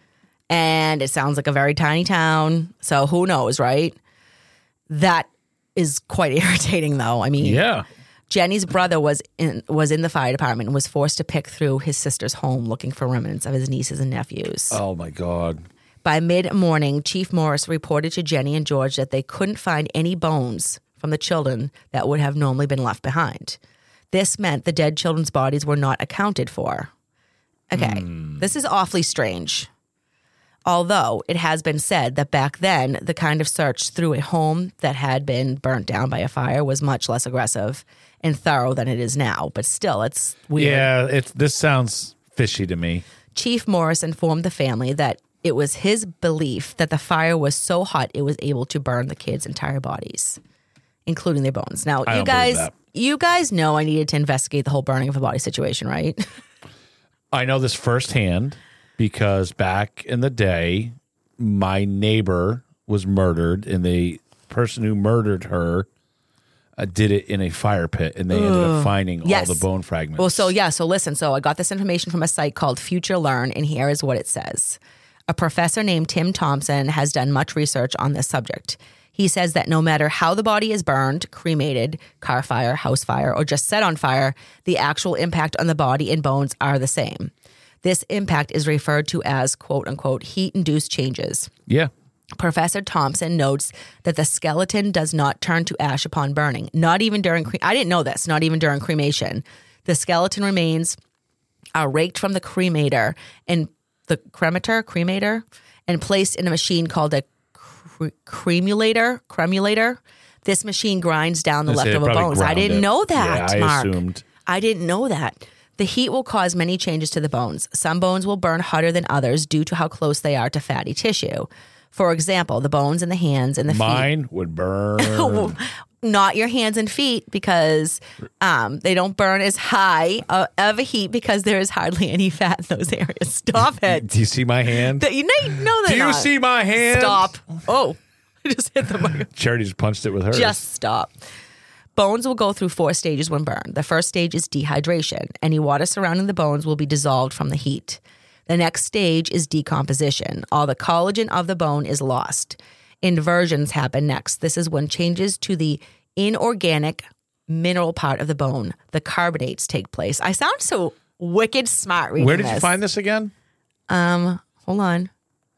Speaker 4: and it sounds like a very tiny town. So who knows, right? That is quite irritating though. I mean,
Speaker 3: Yeah.
Speaker 4: Jenny's brother was in was in the fire department and was forced to pick through his sister's home looking for remnants of his nieces and nephews.
Speaker 3: Oh my god.
Speaker 4: By mid-morning, Chief Morris reported to Jenny and George that they couldn't find any bones from the children that would have normally been left behind. This meant the dead children's bodies were not accounted for. Okay, this is awfully strange. Although it has been said that back then, the kind of search through a home that had been burnt down by a fire was much less aggressive and thorough than it is now, but still, it's weird.
Speaker 3: Yeah, it's this sounds fishy to me.
Speaker 4: Chief Morris informed the family that it was his belief that the fire was so hot it was able to burn the kids' entire bodies, including their bones. Now,
Speaker 3: I don't
Speaker 4: you
Speaker 3: believe
Speaker 4: guys,
Speaker 3: that.
Speaker 4: you guys know I needed to investigate the whole burning of a body situation, right?
Speaker 3: I know this firsthand because back in the day, my neighbor was murdered, and the person who murdered her uh, did it in a fire pit, and they ended up finding
Speaker 4: Yes.
Speaker 3: all the bone fragments.
Speaker 4: Well, so yeah, so listen. So I got this information from a site called Future Learn, and here is what it says. A professor named Tim Thompson has done much research on this subject. He says that no matter how the body is burned, cremated, car fire, house fire, or just set on fire, the actual impact on the body and bones are the same. This impact is referred to as quote unquote heat induced changes.
Speaker 3: yeah,
Speaker 4: Professor Thompson notes that the skeleton does not turn to ash upon burning, not even during cre- I didn't know this, not even during cremation. The skeleton remains are raked from the cremator and the cremator, cremator, and placed in a machine called a cre- cremulator, cremulator. This machine grinds down the
Speaker 3: I'd say they
Speaker 4: leftover
Speaker 3: probably
Speaker 4: bones. I
Speaker 3: ground
Speaker 4: didn't
Speaker 3: it.
Speaker 4: know that,
Speaker 3: Yeah, I
Speaker 4: Mark.
Speaker 3: assumed.
Speaker 4: I didn't know that. The heat will cause many changes to the bones. Some bones will burn hotter than others due to how close they are to fatty tissue. For example, the bones in the hands and the
Speaker 3: mine would burn.
Speaker 4: feet. Not your hands and feet because um, they don't burn as high uh, of a heat because there is hardly any fat in those areas. Stop it.
Speaker 3: Do you see my hand?
Speaker 4: That- you know, no,
Speaker 3: Do you see my hand?
Speaker 4: Stop. Oh, I just hit the microphone.
Speaker 3: Charity just punched it with her.
Speaker 4: Just stop. Bones will go through four stages when burned. The first stage is dehydration. Any water surrounding the bones will be dissolved from the heat. The next stage is decomposition. All the collagen of the bone is lost. Inversions happen next. This is when changes to the inorganic mineral part of the bone, the carbonates, take place. I sound so wicked smart reading
Speaker 3: Where did
Speaker 4: this.
Speaker 3: you find this again?
Speaker 4: Hold on.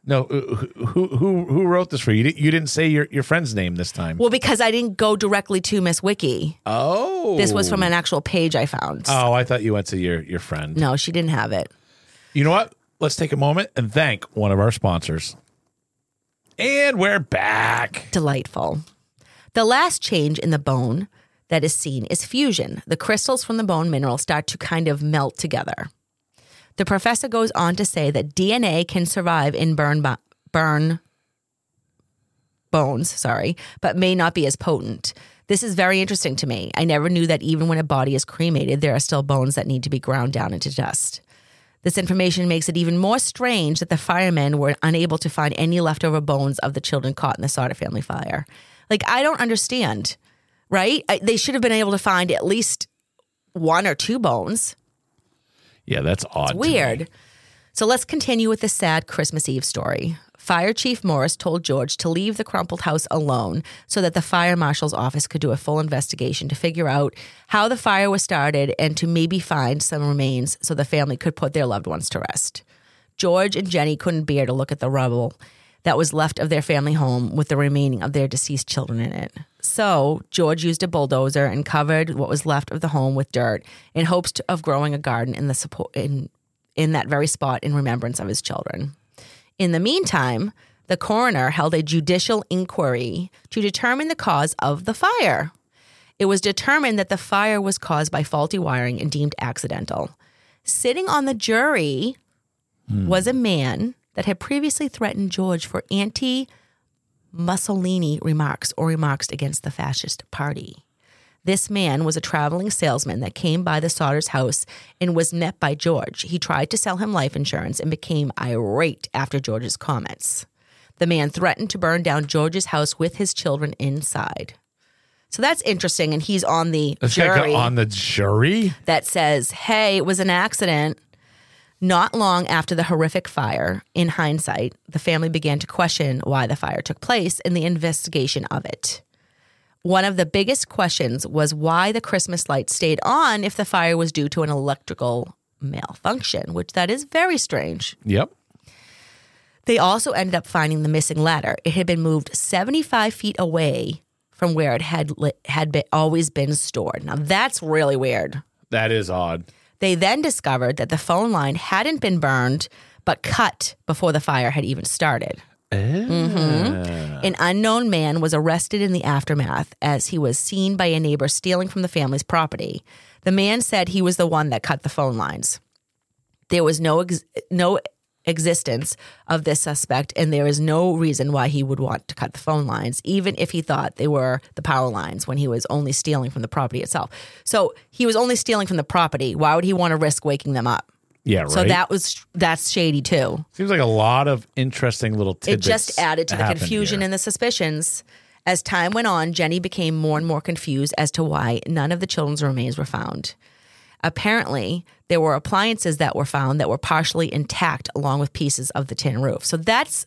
Speaker 3: No, uh, who who who- who wrote this for you? You didn't- You didn't say your, your friend's name this time.
Speaker 4: Well, because I didn't go directly to Miss Wiki.
Speaker 3: oh,
Speaker 4: This was from an actual page I found.
Speaker 3: Oh, I thought you went to your your friend.
Speaker 4: No, she didn't have it.
Speaker 3: You know what? Let's take a moment and thank one of our sponsors. And we're back.
Speaker 4: delightful. The last change in the bone that is seen is fusion. The crystals from the bone mineral start to kind of melt together. The professor goes on to say that DNA can survive in burn bo- burn bones, sorry, but may not be as potent. This is very interesting to me. I never knew that even when a body is cremated, there are still bones that need to be ground down into dust. This information makes it even more strange that the firemen were unable to find any leftover bones of the children caught in the Sauter family fire. Like, I don't understand, right? I, they should have been able to find at least one or two bones.
Speaker 3: Yeah, that's odd. to me.
Speaker 4: Weird. So let's continue with the sad Christmas Eve story. Fire Chief Morris told George to leave the crumpled house alone so that the fire marshal's office could do a full investigation to figure out how the fire was started and to maybe find some remains so the family could put their loved ones to rest. George and Jenny couldn't bear to look at the rubble that was left of their family home with the remaining of their deceased children in it. So, George used a bulldozer and covered what was left of the home with dirt in hopes to, of growing a garden in the support in in that very spot in remembrance of his children. In the meantime, the coroner held a judicial inquiry to determine the cause of the fire. It was determined that the fire was caused by faulty wiring and deemed accidental. Sitting on the jury was a man that had previously threatened George for anti Mussolini remarks or remarks against the fascist party. This man was a traveling salesman that came by the Sodders house and was met by George. He tried to sell him life insurance and became irate after George's comments. The man threatened to burn down George's house with his children inside. So that's interesting. And he's on the
Speaker 3: This guy got
Speaker 4: jury
Speaker 3: on the jury?
Speaker 4: that says, hey, it was an accident. Not long after the horrific fire, in hindsight, the family began to question why the fire took place and the investigation of it. One of the biggest questions was why the Christmas light stayed on if the fire was due to an electrical malfunction, which that is very strange.
Speaker 3: Yep.
Speaker 4: They also ended up finding the missing ladder. It had been moved 75 feet away from where it had lit, had been, always been stored. Now that's really weird.
Speaker 3: That is odd.
Speaker 4: They then discovered that the phone line hadn't been burned, but cut before the fire had even started. Mhm. An unknown man was arrested in the aftermath as he was seen by a neighbor stealing from the family's property. The man said he was the one that cut the phone lines. There was no ex- no existence of this suspect, and there is no reason why he would want to cut the phone lines, even if he thought they were the power lines when he was only stealing from the property itself. So he was only stealing from the property. Why would he want to risk waking them up?
Speaker 3: Yeah, right.
Speaker 4: So that was that's shady too.
Speaker 3: seems like a lot of interesting little
Speaker 4: It
Speaker 3: tidbits.
Speaker 4: just added to the
Speaker 3: happened
Speaker 4: confusion
Speaker 3: here.
Speaker 4: and the suspicions. As time went on, Jenny became more and more confused as to why none of the children's remains were found. Apparently, there were appliances that were found that were partially intact, along with pieces of the tin roof. So that's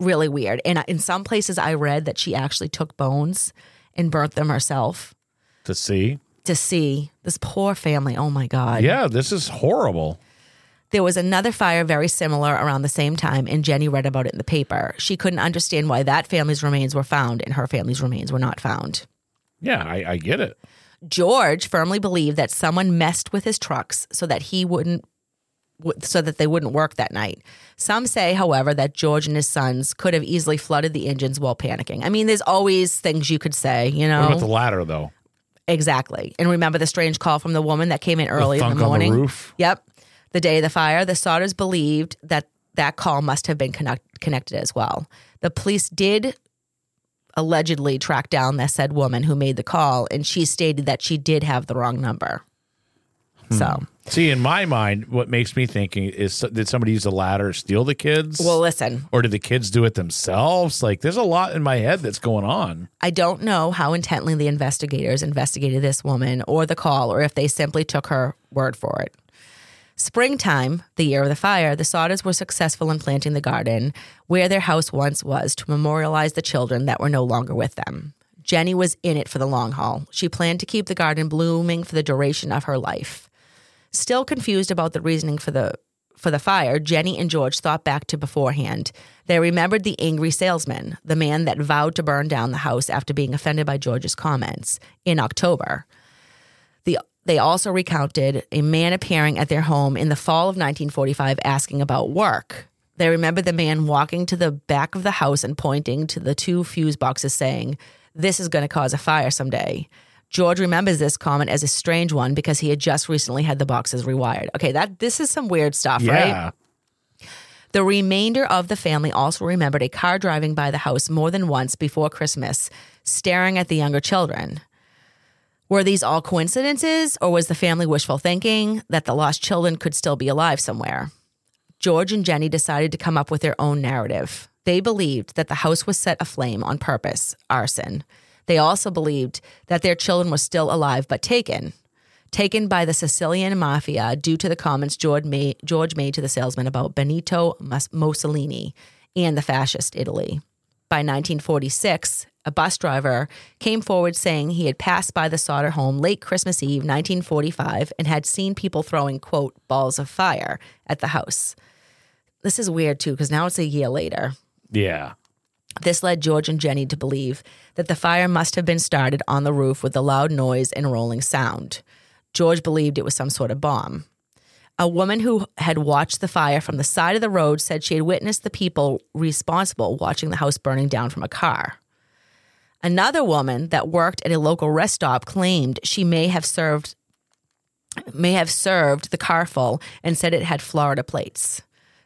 Speaker 4: really weird. And I- in some places, I read that she actually took bones and burnt them herself
Speaker 3: to see.
Speaker 4: to see this poor family. Oh my God.
Speaker 3: Yeah, this is horrible.
Speaker 4: There was another fire very similar around the same time, and Jenny read about it in the paper. She couldn't understand why that family's remains were found and her family's remains were not found.
Speaker 3: Yeah, I, I get it.
Speaker 4: George firmly believed that someone messed with his trucks so that he wouldn't w- so that they wouldn't work that night. Some say, however, that George and his sons could have easily flooded the engines while panicking. I mean, there's always things you could say, you
Speaker 3: What about
Speaker 4: know.
Speaker 3: the ladder though?
Speaker 4: exactly. And remember the strange call from the woman that came in early
Speaker 3: the
Speaker 4: in
Speaker 3: thunk
Speaker 4: the morning?
Speaker 3: on the roof.
Speaker 4: Yep. The day of the fire, the Sodders believed that that call must have been connect- connected as well. The police did allegedly track down that said woman who made the call, and she stated that she did have the wrong number.
Speaker 3: Hmm.
Speaker 4: So,
Speaker 3: See, in my mind, what makes me thinking is so- did somebody use the ladder to steal the kids?
Speaker 4: well, listen,
Speaker 3: or did the kids do it themselves? Like, there's a lot in my head that's going on.
Speaker 4: I don't know how intently the investigators investigated this woman or the call, or if they simply took her word for it. Springtime, the year of the fire, the Sodders were successful in planting the garden where their house once was to memorialize the children that were no longer with them. Jenny was in it for the long haul. She planned to keep the garden blooming for the duration of her life. Still confused about the reasoning for the for the fire, Jenny and George thought back to beforehand. They remembered the angry salesman, the man that vowed to burn down the house after being offended by George's comments in October. The, they also recounted a man appearing at their home in the fall of 1945 asking about work. They remember the man walking to the back of the house and pointing to the two fuse boxes, saying, This is going to cause a fire someday. George remembers this comment as a strange one because he had just recently had the boxes rewired. Okay, that this is some weird stuff, right?
Speaker 3: Yeah.
Speaker 4: The remainder of the family also remembered a car driving by the house more than once before Christmas, staring at the younger children. Were these all coincidences, or was the family wishful thinking that the lost children could still be alive somewhere? George and Jenny decided to come up with their own narrative. They believed that the house was set aflame on purpose, arson. They also believed that their children were still alive but taken, taken by the Sicilian mafia due to the comments George made, George made to the salesman about Benito Mus- Mussolini and the fascist Italy. By 1946, a bus driver came forward saying he had passed by the Sauter home late Christmas Eve, 1945, and had seen people throwing, quote, balls of fire at the house. This is weird, too, because now it's a year later.
Speaker 3: Yeah.
Speaker 4: This led George and Jenny to believe that the fire must have been started on the roof with the loud noise and rolling sound. George believed it was some sort of bomb. A woman who had watched the fire from the side of the road said she had witnessed the people responsible watching the house burning down from a car. Another woman that worked at a local rest stop claimed she may have served may have served the car full and said it had Florida plates.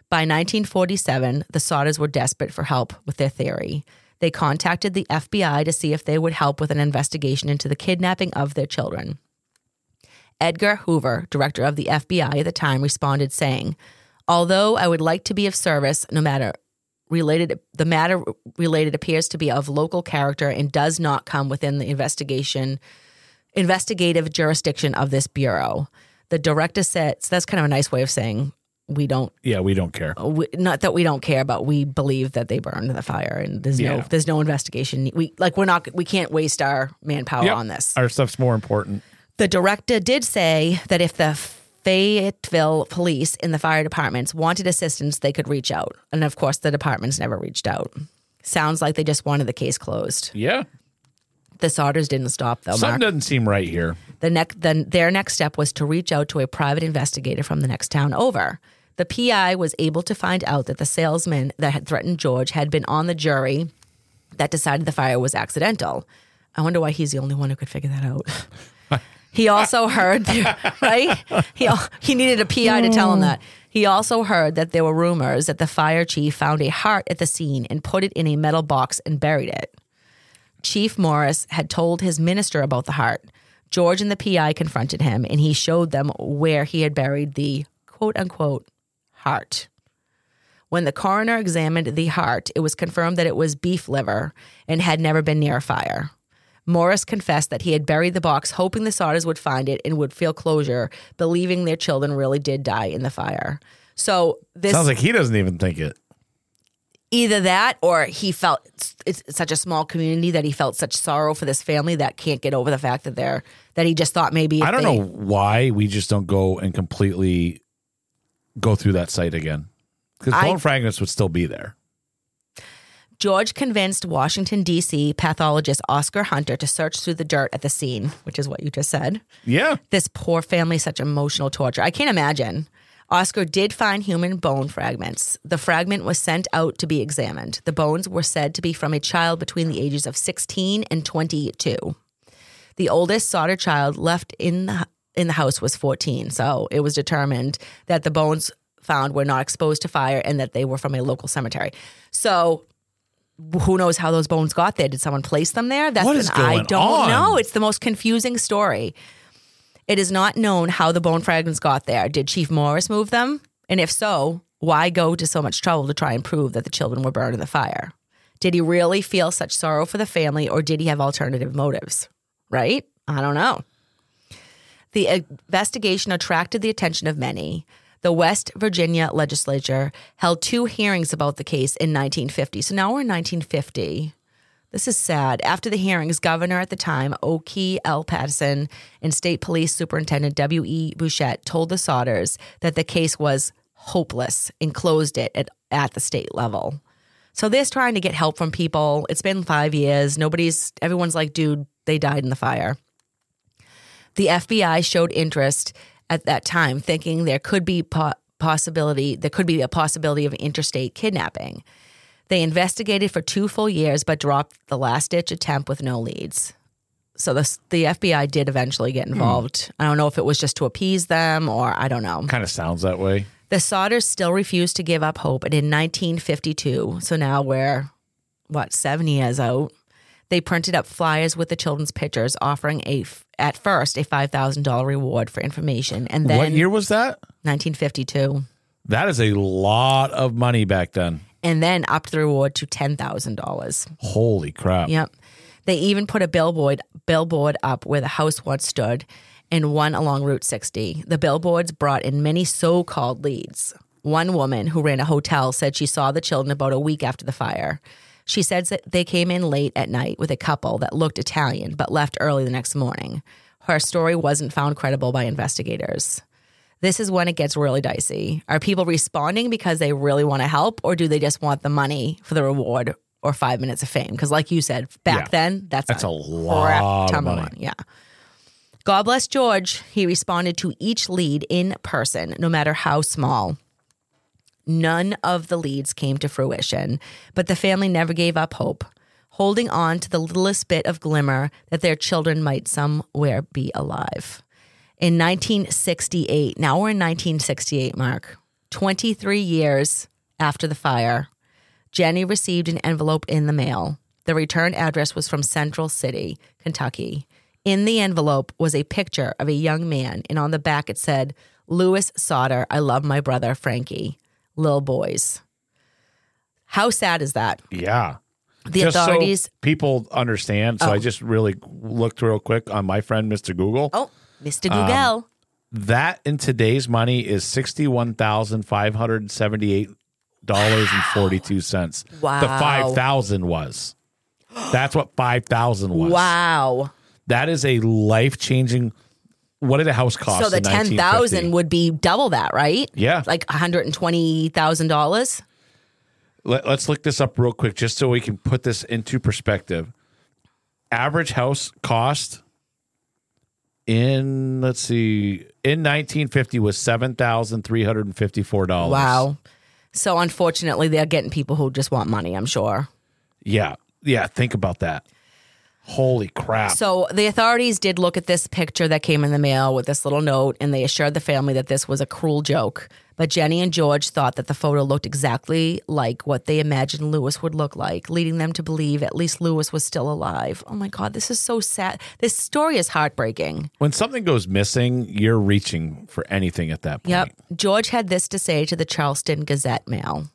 Speaker 4: By 1947, the Sodders were desperate for help with their theory. They contacted the FBI to see if they would help with an investigation into the kidnapping of their children. Edgar Hoover, director of the FBI at the time, responded saying, "Although I would like to be of service, no matter related the matter related appears to be of local character and does not come within the investigation investigative jurisdiction of this bureau." The director said, so "That's kind of a nice way of saying we don't
Speaker 3: Yeah, we don't care.
Speaker 4: we, not that we don't care, but we believe that they burned the fire, and there's no
Speaker 3: Yeah.
Speaker 4: there's no investigation. We like we're not we can't waste our manpower
Speaker 3: Yep.
Speaker 4: on this.
Speaker 3: Our stuff's more important.
Speaker 4: The director did say that if the Fayetteville police and the fire departments wanted assistance, they could reach out, and of course, the departments never reached out. Sounds like they just wanted the case closed.
Speaker 3: Yeah.
Speaker 4: The Sodders didn't stop though.
Speaker 3: Something
Speaker 4: Mark.
Speaker 3: doesn't seem right here.
Speaker 4: The next, then their next step was to reach out to a private investigator from the next town over. The PI was able to find out that the salesman that had threatened George had been on the jury that decided the fire was accidental. I wonder why he's the only one who could figure that out. He also heard, right? He he needed a PI to tell him that. He also heard that there were rumors that the fire chief found a heart at the scene and put it in a metal box and buried it. Chief Morris had told his minister about the heart. George and the PI confronted him and he showed them where he had buried the quote unquote heart. When the coroner examined the heart, it was confirmed that it was beef liver and had never been near a fire. Morris confessed that he had buried the box, hoping the Sodders would find it and would feel closure, believing their children really did die in the fire. So this
Speaker 3: Sounds like he doesn't even think it.
Speaker 4: either that or he felt it's, it's such a small community that he felt such sorrow for this family that can't get over the fact that they're that he just thought maybe if
Speaker 3: I don't
Speaker 4: they-
Speaker 3: know why we just don't go and completely go through that site again. Because
Speaker 4: I-
Speaker 3: bone fragments would still be there.
Speaker 4: George convinced Washington D.C. pathologist Oscar Hunter to search through the dirt at the scene, which is what you just said.
Speaker 3: Yeah.
Speaker 4: This poor family such emotional torture. I can't imagine. Oscar did find human bone fragments. The fragment was sent out to be examined. The bones were said to be from a child between the ages of 16 and 22. The oldest solder child left in the in the house was 14, so it was determined that the bones found were not exposed to fire and that they were from a local cemetery. So who knows how those bones got there? Did someone place them there? That's
Speaker 3: What is
Speaker 4: an- I
Speaker 3: going
Speaker 4: don't
Speaker 3: on?
Speaker 4: know. It's the most confusing story. It is not known how the bone fragments got there. Did Chief Morris move them? And if so, why go to so much trouble to try and prove that the children were burned in the fire? Did he really feel such sorrow for the family or did he have alternative motives? Right? I don't know. The investigation attracted the attention of many. The West Virginia legislature held two hearings about the case in 1950. So now we're in 1950. This is sad. After the hearings, governor at the time, O'Kee L. Patterson, and state police superintendent W.E. Bouchette told the Sodders that the case was hopeless and closed it at, at the state level. So they're trying to get help from people. It's been five years. Nobody's, everyone's like, dude, they died in the fire. The FBI showed interest at that time, thinking there could be po- possibility there could be a possibility of interstate kidnapping. They investigated for two full years, but dropped the last ditch attempt with no leads. So the the FBI did eventually get involved. I don't know if it was just to appease them or I don't know.
Speaker 3: Kind of sounds that way.
Speaker 4: The Sodders still refused to give up hope, and in 1952, so now we're what seven years out, they printed up flyers with the children's pictures, offering a f- at first a five thousand dollar reward for information, and then
Speaker 3: what year was that?
Speaker 4: 1952,
Speaker 3: That is a lot of money back then.
Speaker 4: and then upped the reward to ten thousand dollars.
Speaker 3: Holy crap.
Speaker 4: Yep. They even put a billboard billboard up where the house once stood and one along Route 60. The billboards brought in many so-called leads. One woman who ran a hotel said she saw the children about a week after the fire. She said that they came in late at night with a couple that looked Italian but left early the next morning. Her story wasn't found credible by investigators. This is when it gets really dicey. Are people responding because they really want to help, or do they just want the money for the reward or five minutes of fame? Because, like you said, back
Speaker 3: Yeah.
Speaker 4: then, that's,
Speaker 3: That's a
Speaker 4: crap
Speaker 3: lot
Speaker 4: ton
Speaker 3: of money.
Speaker 4: Yeah. God bless George. He responded to each lead in person, no matter how small. None of the leads came to fruition, but the family never gave up hope. holding on to the littlest bit of glimmer that their children might somewhere be alive. In 1968, now we're in 1968, Mark, 23 years after the fire, Jenny received an envelope in the mail. The return address was from Central City, Kentucky. In the envelope was a picture of a young man, and on the back it said, Lewis Sauter, I love my brother, Frankie. Lil Boys. How sad is that?
Speaker 3: Yeah.
Speaker 4: The
Speaker 3: Just so
Speaker 4: authorities.
Speaker 3: people understand. So I just really looked real quick on my friend, Mr. Google.
Speaker 4: Oh, Mr.
Speaker 3: Um,
Speaker 4: Google.
Speaker 3: That in today's money is $61,578.42.
Speaker 4: Wow.
Speaker 3: The 5000 was. That's what 5000 was.
Speaker 4: wow.
Speaker 3: That is a life changing. What did a house cost?
Speaker 4: So the
Speaker 3: in
Speaker 4: ten thousand
Speaker 3: 1950?
Speaker 4: would be double that, right?
Speaker 3: Yeah.
Speaker 4: like one hundred and twenty thousand dollars.
Speaker 3: Let, us look this up real quick just so we can put this into perspective. Average house cost in let's see in 1950 was seven thousand three hundred and fifty four dollars.
Speaker 4: Wow. So unfortunately, they're getting people who just want money. I'm sure.
Speaker 3: Yeah. Yeah. Think about that. Holy crap.
Speaker 4: So the authorities did look at this picture that came in the mail with this little note, and they assured the family that this was a cruel joke. But Jenny and George thought that the photo looked exactly like what they imagined Lewis would look like, leading them to believe at least Lewis was still alive. Oh my God, this is so sad. This story is heartbreaking.
Speaker 3: when something goes missing, you're reaching for anything at that point.
Speaker 4: Yep. George had this to say to the Charleston Gazette Mail.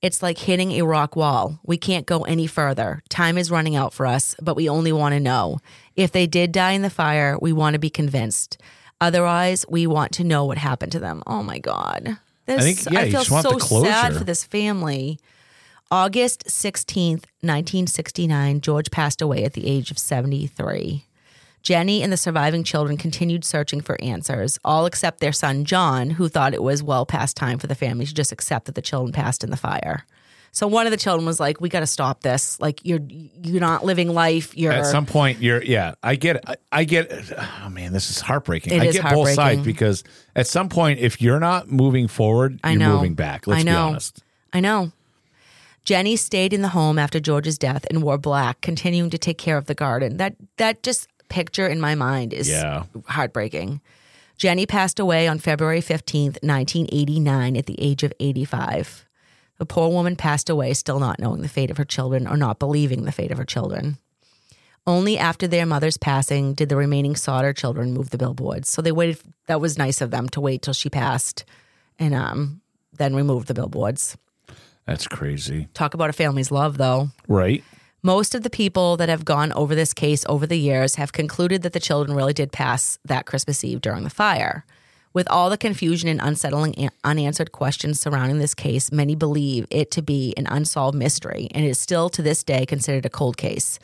Speaker 4: It's like hitting a rock wall. We can't go any further. Time is running out for us, but we only want to know. If they did die in the fire, we want to be convinced. Otherwise, we want to know what happened to them. Oh my God. This, I,
Speaker 3: think, yeah, you
Speaker 4: feel
Speaker 3: just want
Speaker 4: so
Speaker 3: the
Speaker 4: sad
Speaker 3: closure.
Speaker 4: for this family. August 16th, 1969, George passed away at the age of 73. Jenny and the surviving children continued searching for answers, all except their son John, who thought it was well past time for the family to just accept that the children passed in the fire. So one of the children was like, "We got to stop this. Like you're you're not living life. You're
Speaker 3: At some point, you're yeah. I get it. I, I get. it. Oh man, this is heartbreaking.
Speaker 4: It
Speaker 3: I
Speaker 4: is
Speaker 3: get both sides
Speaker 4: heartbreaking.
Speaker 3: because at some point, if you're not moving forward,
Speaker 4: I
Speaker 3: you're
Speaker 4: know.
Speaker 3: moving back. Let's
Speaker 4: I know.
Speaker 3: be honest.
Speaker 4: I know. Jenny stayed in the home after George's death and wore black, continuing to take care of the garden. That that just picture in my mind is
Speaker 3: Yeah.
Speaker 4: heartbreaking. Jenny passed away on February 15th, 1989 at the age of 85. The poor woman passed away still not knowing the fate of her children or not believing the fate of her children. Only after their mother's passing did the remaining Sauter children move the billboards. So they waited. That was nice of them to wait till she passed, and um, then remove the billboards.
Speaker 3: That's crazy,
Speaker 4: Talk about a family's love, though.
Speaker 3: right?
Speaker 4: Most of the people that have gone over this case over the years have concluded that the children really did pass that Christmas Eve during the fire. With all the confusion and unsettling an- unanswered questions surrounding this case, many believe it to be an unsolved mystery and is still to this day considered a cold case.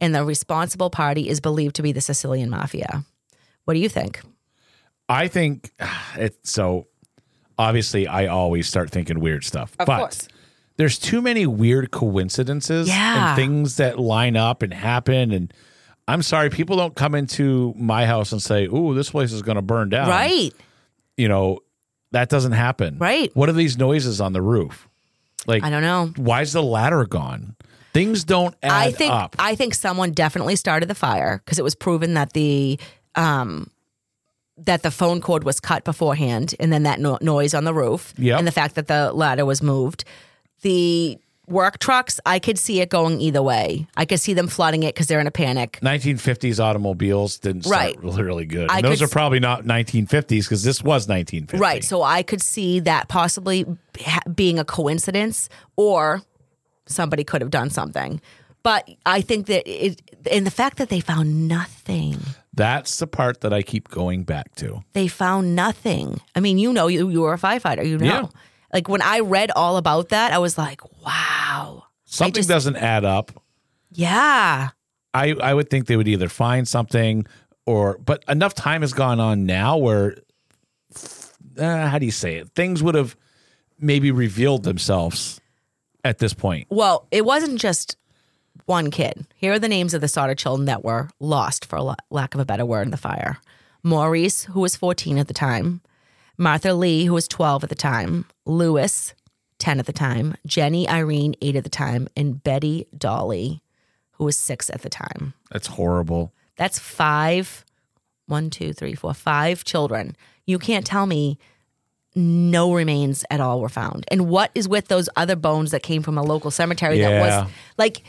Speaker 4: And the responsible party is believed to be the Sicilian mafia. What do you think?
Speaker 3: I think it. So obviously, I always start thinking weird stuff. Of but
Speaker 4: course.
Speaker 3: there's too many weird coincidences
Speaker 4: Yeah.
Speaker 3: and things that line up and happen. And I'm sorry, people don't come into my house and say, "Ooh, this place is going to burn down."
Speaker 4: Right.
Speaker 3: you know, that doesn't happen.
Speaker 4: Right.
Speaker 3: What are these noises on the roof? Like
Speaker 4: I don't know.
Speaker 3: Why is the ladder gone? Things don't add
Speaker 4: I think
Speaker 3: up.
Speaker 4: I think someone definitely started the fire because it was proven that the um, that the phone cord was cut beforehand, and then that no- noise on the roof,
Speaker 3: Yep.
Speaker 4: and the fact that the ladder was moved, the work trucks. I could see it going either way. I could see them flooding it because they're in a panic.
Speaker 3: 1950s automobiles didn't start
Speaker 4: Right.
Speaker 3: really, really good.
Speaker 4: I
Speaker 3: And those
Speaker 4: could
Speaker 3: are
Speaker 4: s-
Speaker 3: probably not 1950s because this was 1950.
Speaker 4: Right. So I could see that possibly ha- being a coincidence or somebody could have done something. But I think that it, and the fact that they found nothing.
Speaker 3: That's the part that I keep going back to.
Speaker 4: they found nothing. I mean, you know, you, you were a firefighter, you know.
Speaker 3: Yeah.
Speaker 4: Like when I read all about that, I was like, wow.
Speaker 3: Something
Speaker 4: just-
Speaker 3: doesn't add up.
Speaker 4: Yeah.
Speaker 3: I, I would think they would either find something or, but enough time has gone on now where, uh, how do you say it? Things would have maybe revealed themselves at this point.
Speaker 4: Well, it wasn't just one kid. Here are the names of the Sauter children that were lost, for la- lack of a better word, in the fire Maurice, who was 14 at the time, Martha Lee, who was 12 at the time, Lewis, 10 at the time, Jenny Irene, 8 at the time, and Betty Dolly, who was six at the time.
Speaker 3: That's horrible.
Speaker 4: That's five, one, two, three, four, five children. You can't tell me no remains at all were found. And what is with those other bones that came from a local cemetery that
Speaker 3: Yeah.
Speaker 4: was like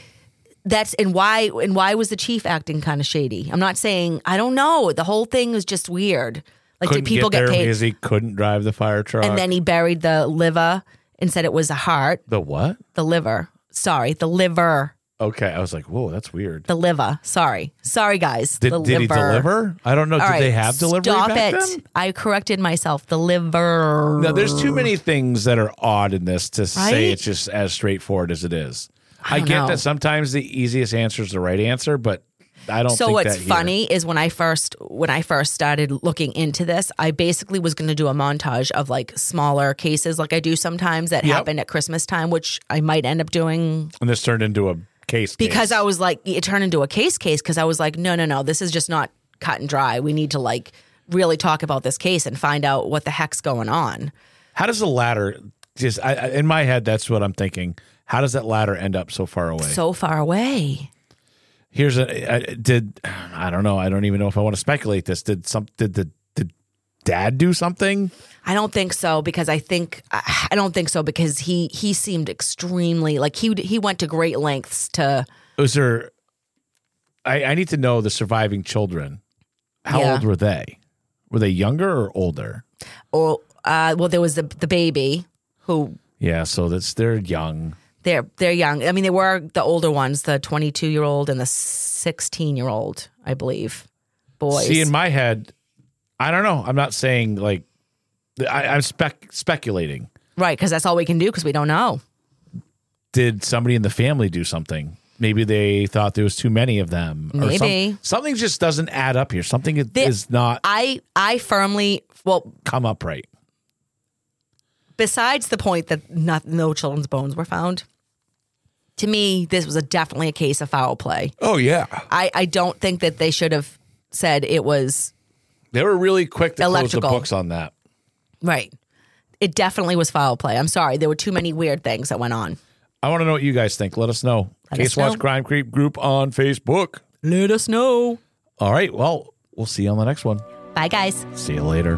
Speaker 4: that's and why and why was the chief acting kind of shady? I'm not saying I don't know. The whole thing was just weird. Like
Speaker 3: couldn't
Speaker 4: did people
Speaker 3: get,
Speaker 4: get,
Speaker 3: there
Speaker 4: paid?
Speaker 3: because he couldn't drive the fire truck.
Speaker 4: And then he buried the liver and said it was a heart.
Speaker 3: the what?
Speaker 4: The liver. Sorry, the liver.
Speaker 3: Okay, I was like, whoa, that's weird.
Speaker 4: The liver. Sorry. Sorry guys.
Speaker 3: did
Speaker 4: the
Speaker 3: did
Speaker 4: liver.
Speaker 3: he deliver? I don't know.
Speaker 4: All
Speaker 3: did they
Speaker 4: right,
Speaker 3: have delivery
Speaker 4: Stop
Speaker 3: back
Speaker 4: it.
Speaker 3: then?
Speaker 4: I corrected myself. The liver.
Speaker 3: No, there's too many things that are odd in this to say
Speaker 4: Right?
Speaker 3: it's just as straightforward as it is. I,
Speaker 4: don't
Speaker 3: get
Speaker 4: know.
Speaker 3: that sometimes the easiest answer is the right answer, but I don't.
Speaker 4: so
Speaker 3: think
Speaker 4: what's
Speaker 3: that here.
Speaker 4: funny is when I first when I first started looking into this, I basically was going to do a montage of like smaller cases, like I do sometimes that
Speaker 3: Yep.
Speaker 4: happen at Christmas time, which I might end up doing
Speaker 3: and this turned into a case
Speaker 4: because
Speaker 3: case.
Speaker 4: I was like, it turned into a case case because I was like, no, no, no, this is just not cut and dry. We need to like really talk about this case and find out what the heck's going on.
Speaker 3: How does the ladder? Just I, I- in my head, that's what I'm thinking. How does that ladder end up so far away?
Speaker 4: So far away.
Speaker 3: Here's a I, did I don't know. I don't even know if I want to speculate this. Did some did the did dad do something?
Speaker 4: I don't think so because I think I I don't think so because he he seemed extremely like he he went to great lengths to
Speaker 3: Was there? I, I need to know the surviving children. How
Speaker 4: Yeah.
Speaker 3: old were they? Were they younger or older?
Speaker 4: or uh, well there was the the baby who
Speaker 3: Yeah, so that's they're young.
Speaker 4: they're they're young. I mean they were the older ones, the 22 year old and the 16 year old, I believe. Boys.
Speaker 3: See, in my head, I don't know. I'm not saying like I, I'm spec speculating.
Speaker 4: right, cuz that's all we can do because we don't know.
Speaker 3: Did somebody in the family do something? Maybe they thought there was too many of them. or some-
Speaker 4: Maybe.
Speaker 3: something just doesn't add up here. Something is
Speaker 4: They-
Speaker 3: is not
Speaker 4: I I firmly well
Speaker 3: come up right.
Speaker 4: besides the point that not no children's bones were found. To me, this was a definitely a case of foul play.
Speaker 3: Oh yeah,
Speaker 4: I, I don't think that they should have said it was
Speaker 3: they were really quick to close
Speaker 4: Electrical.
Speaker 3: the books on that.
Speaker 4: right. It definitely was foul play. I'm sorry. There were too many weird things that went on.
Speaker 3: I want to know what you guys think. Let us know.
Speaker 4: Let
Speaker 3: Case
Speaker 4: us
Speaker 3: Watch
Speaker 4: know.
Speaker 3: Crime Creep group on Facebook.
Speaker 4: Let us know.
Speaker 3: All right. Well, we'll see you on the next one.
Speaker 4: Bye, guys.
Speaker 3: See you later.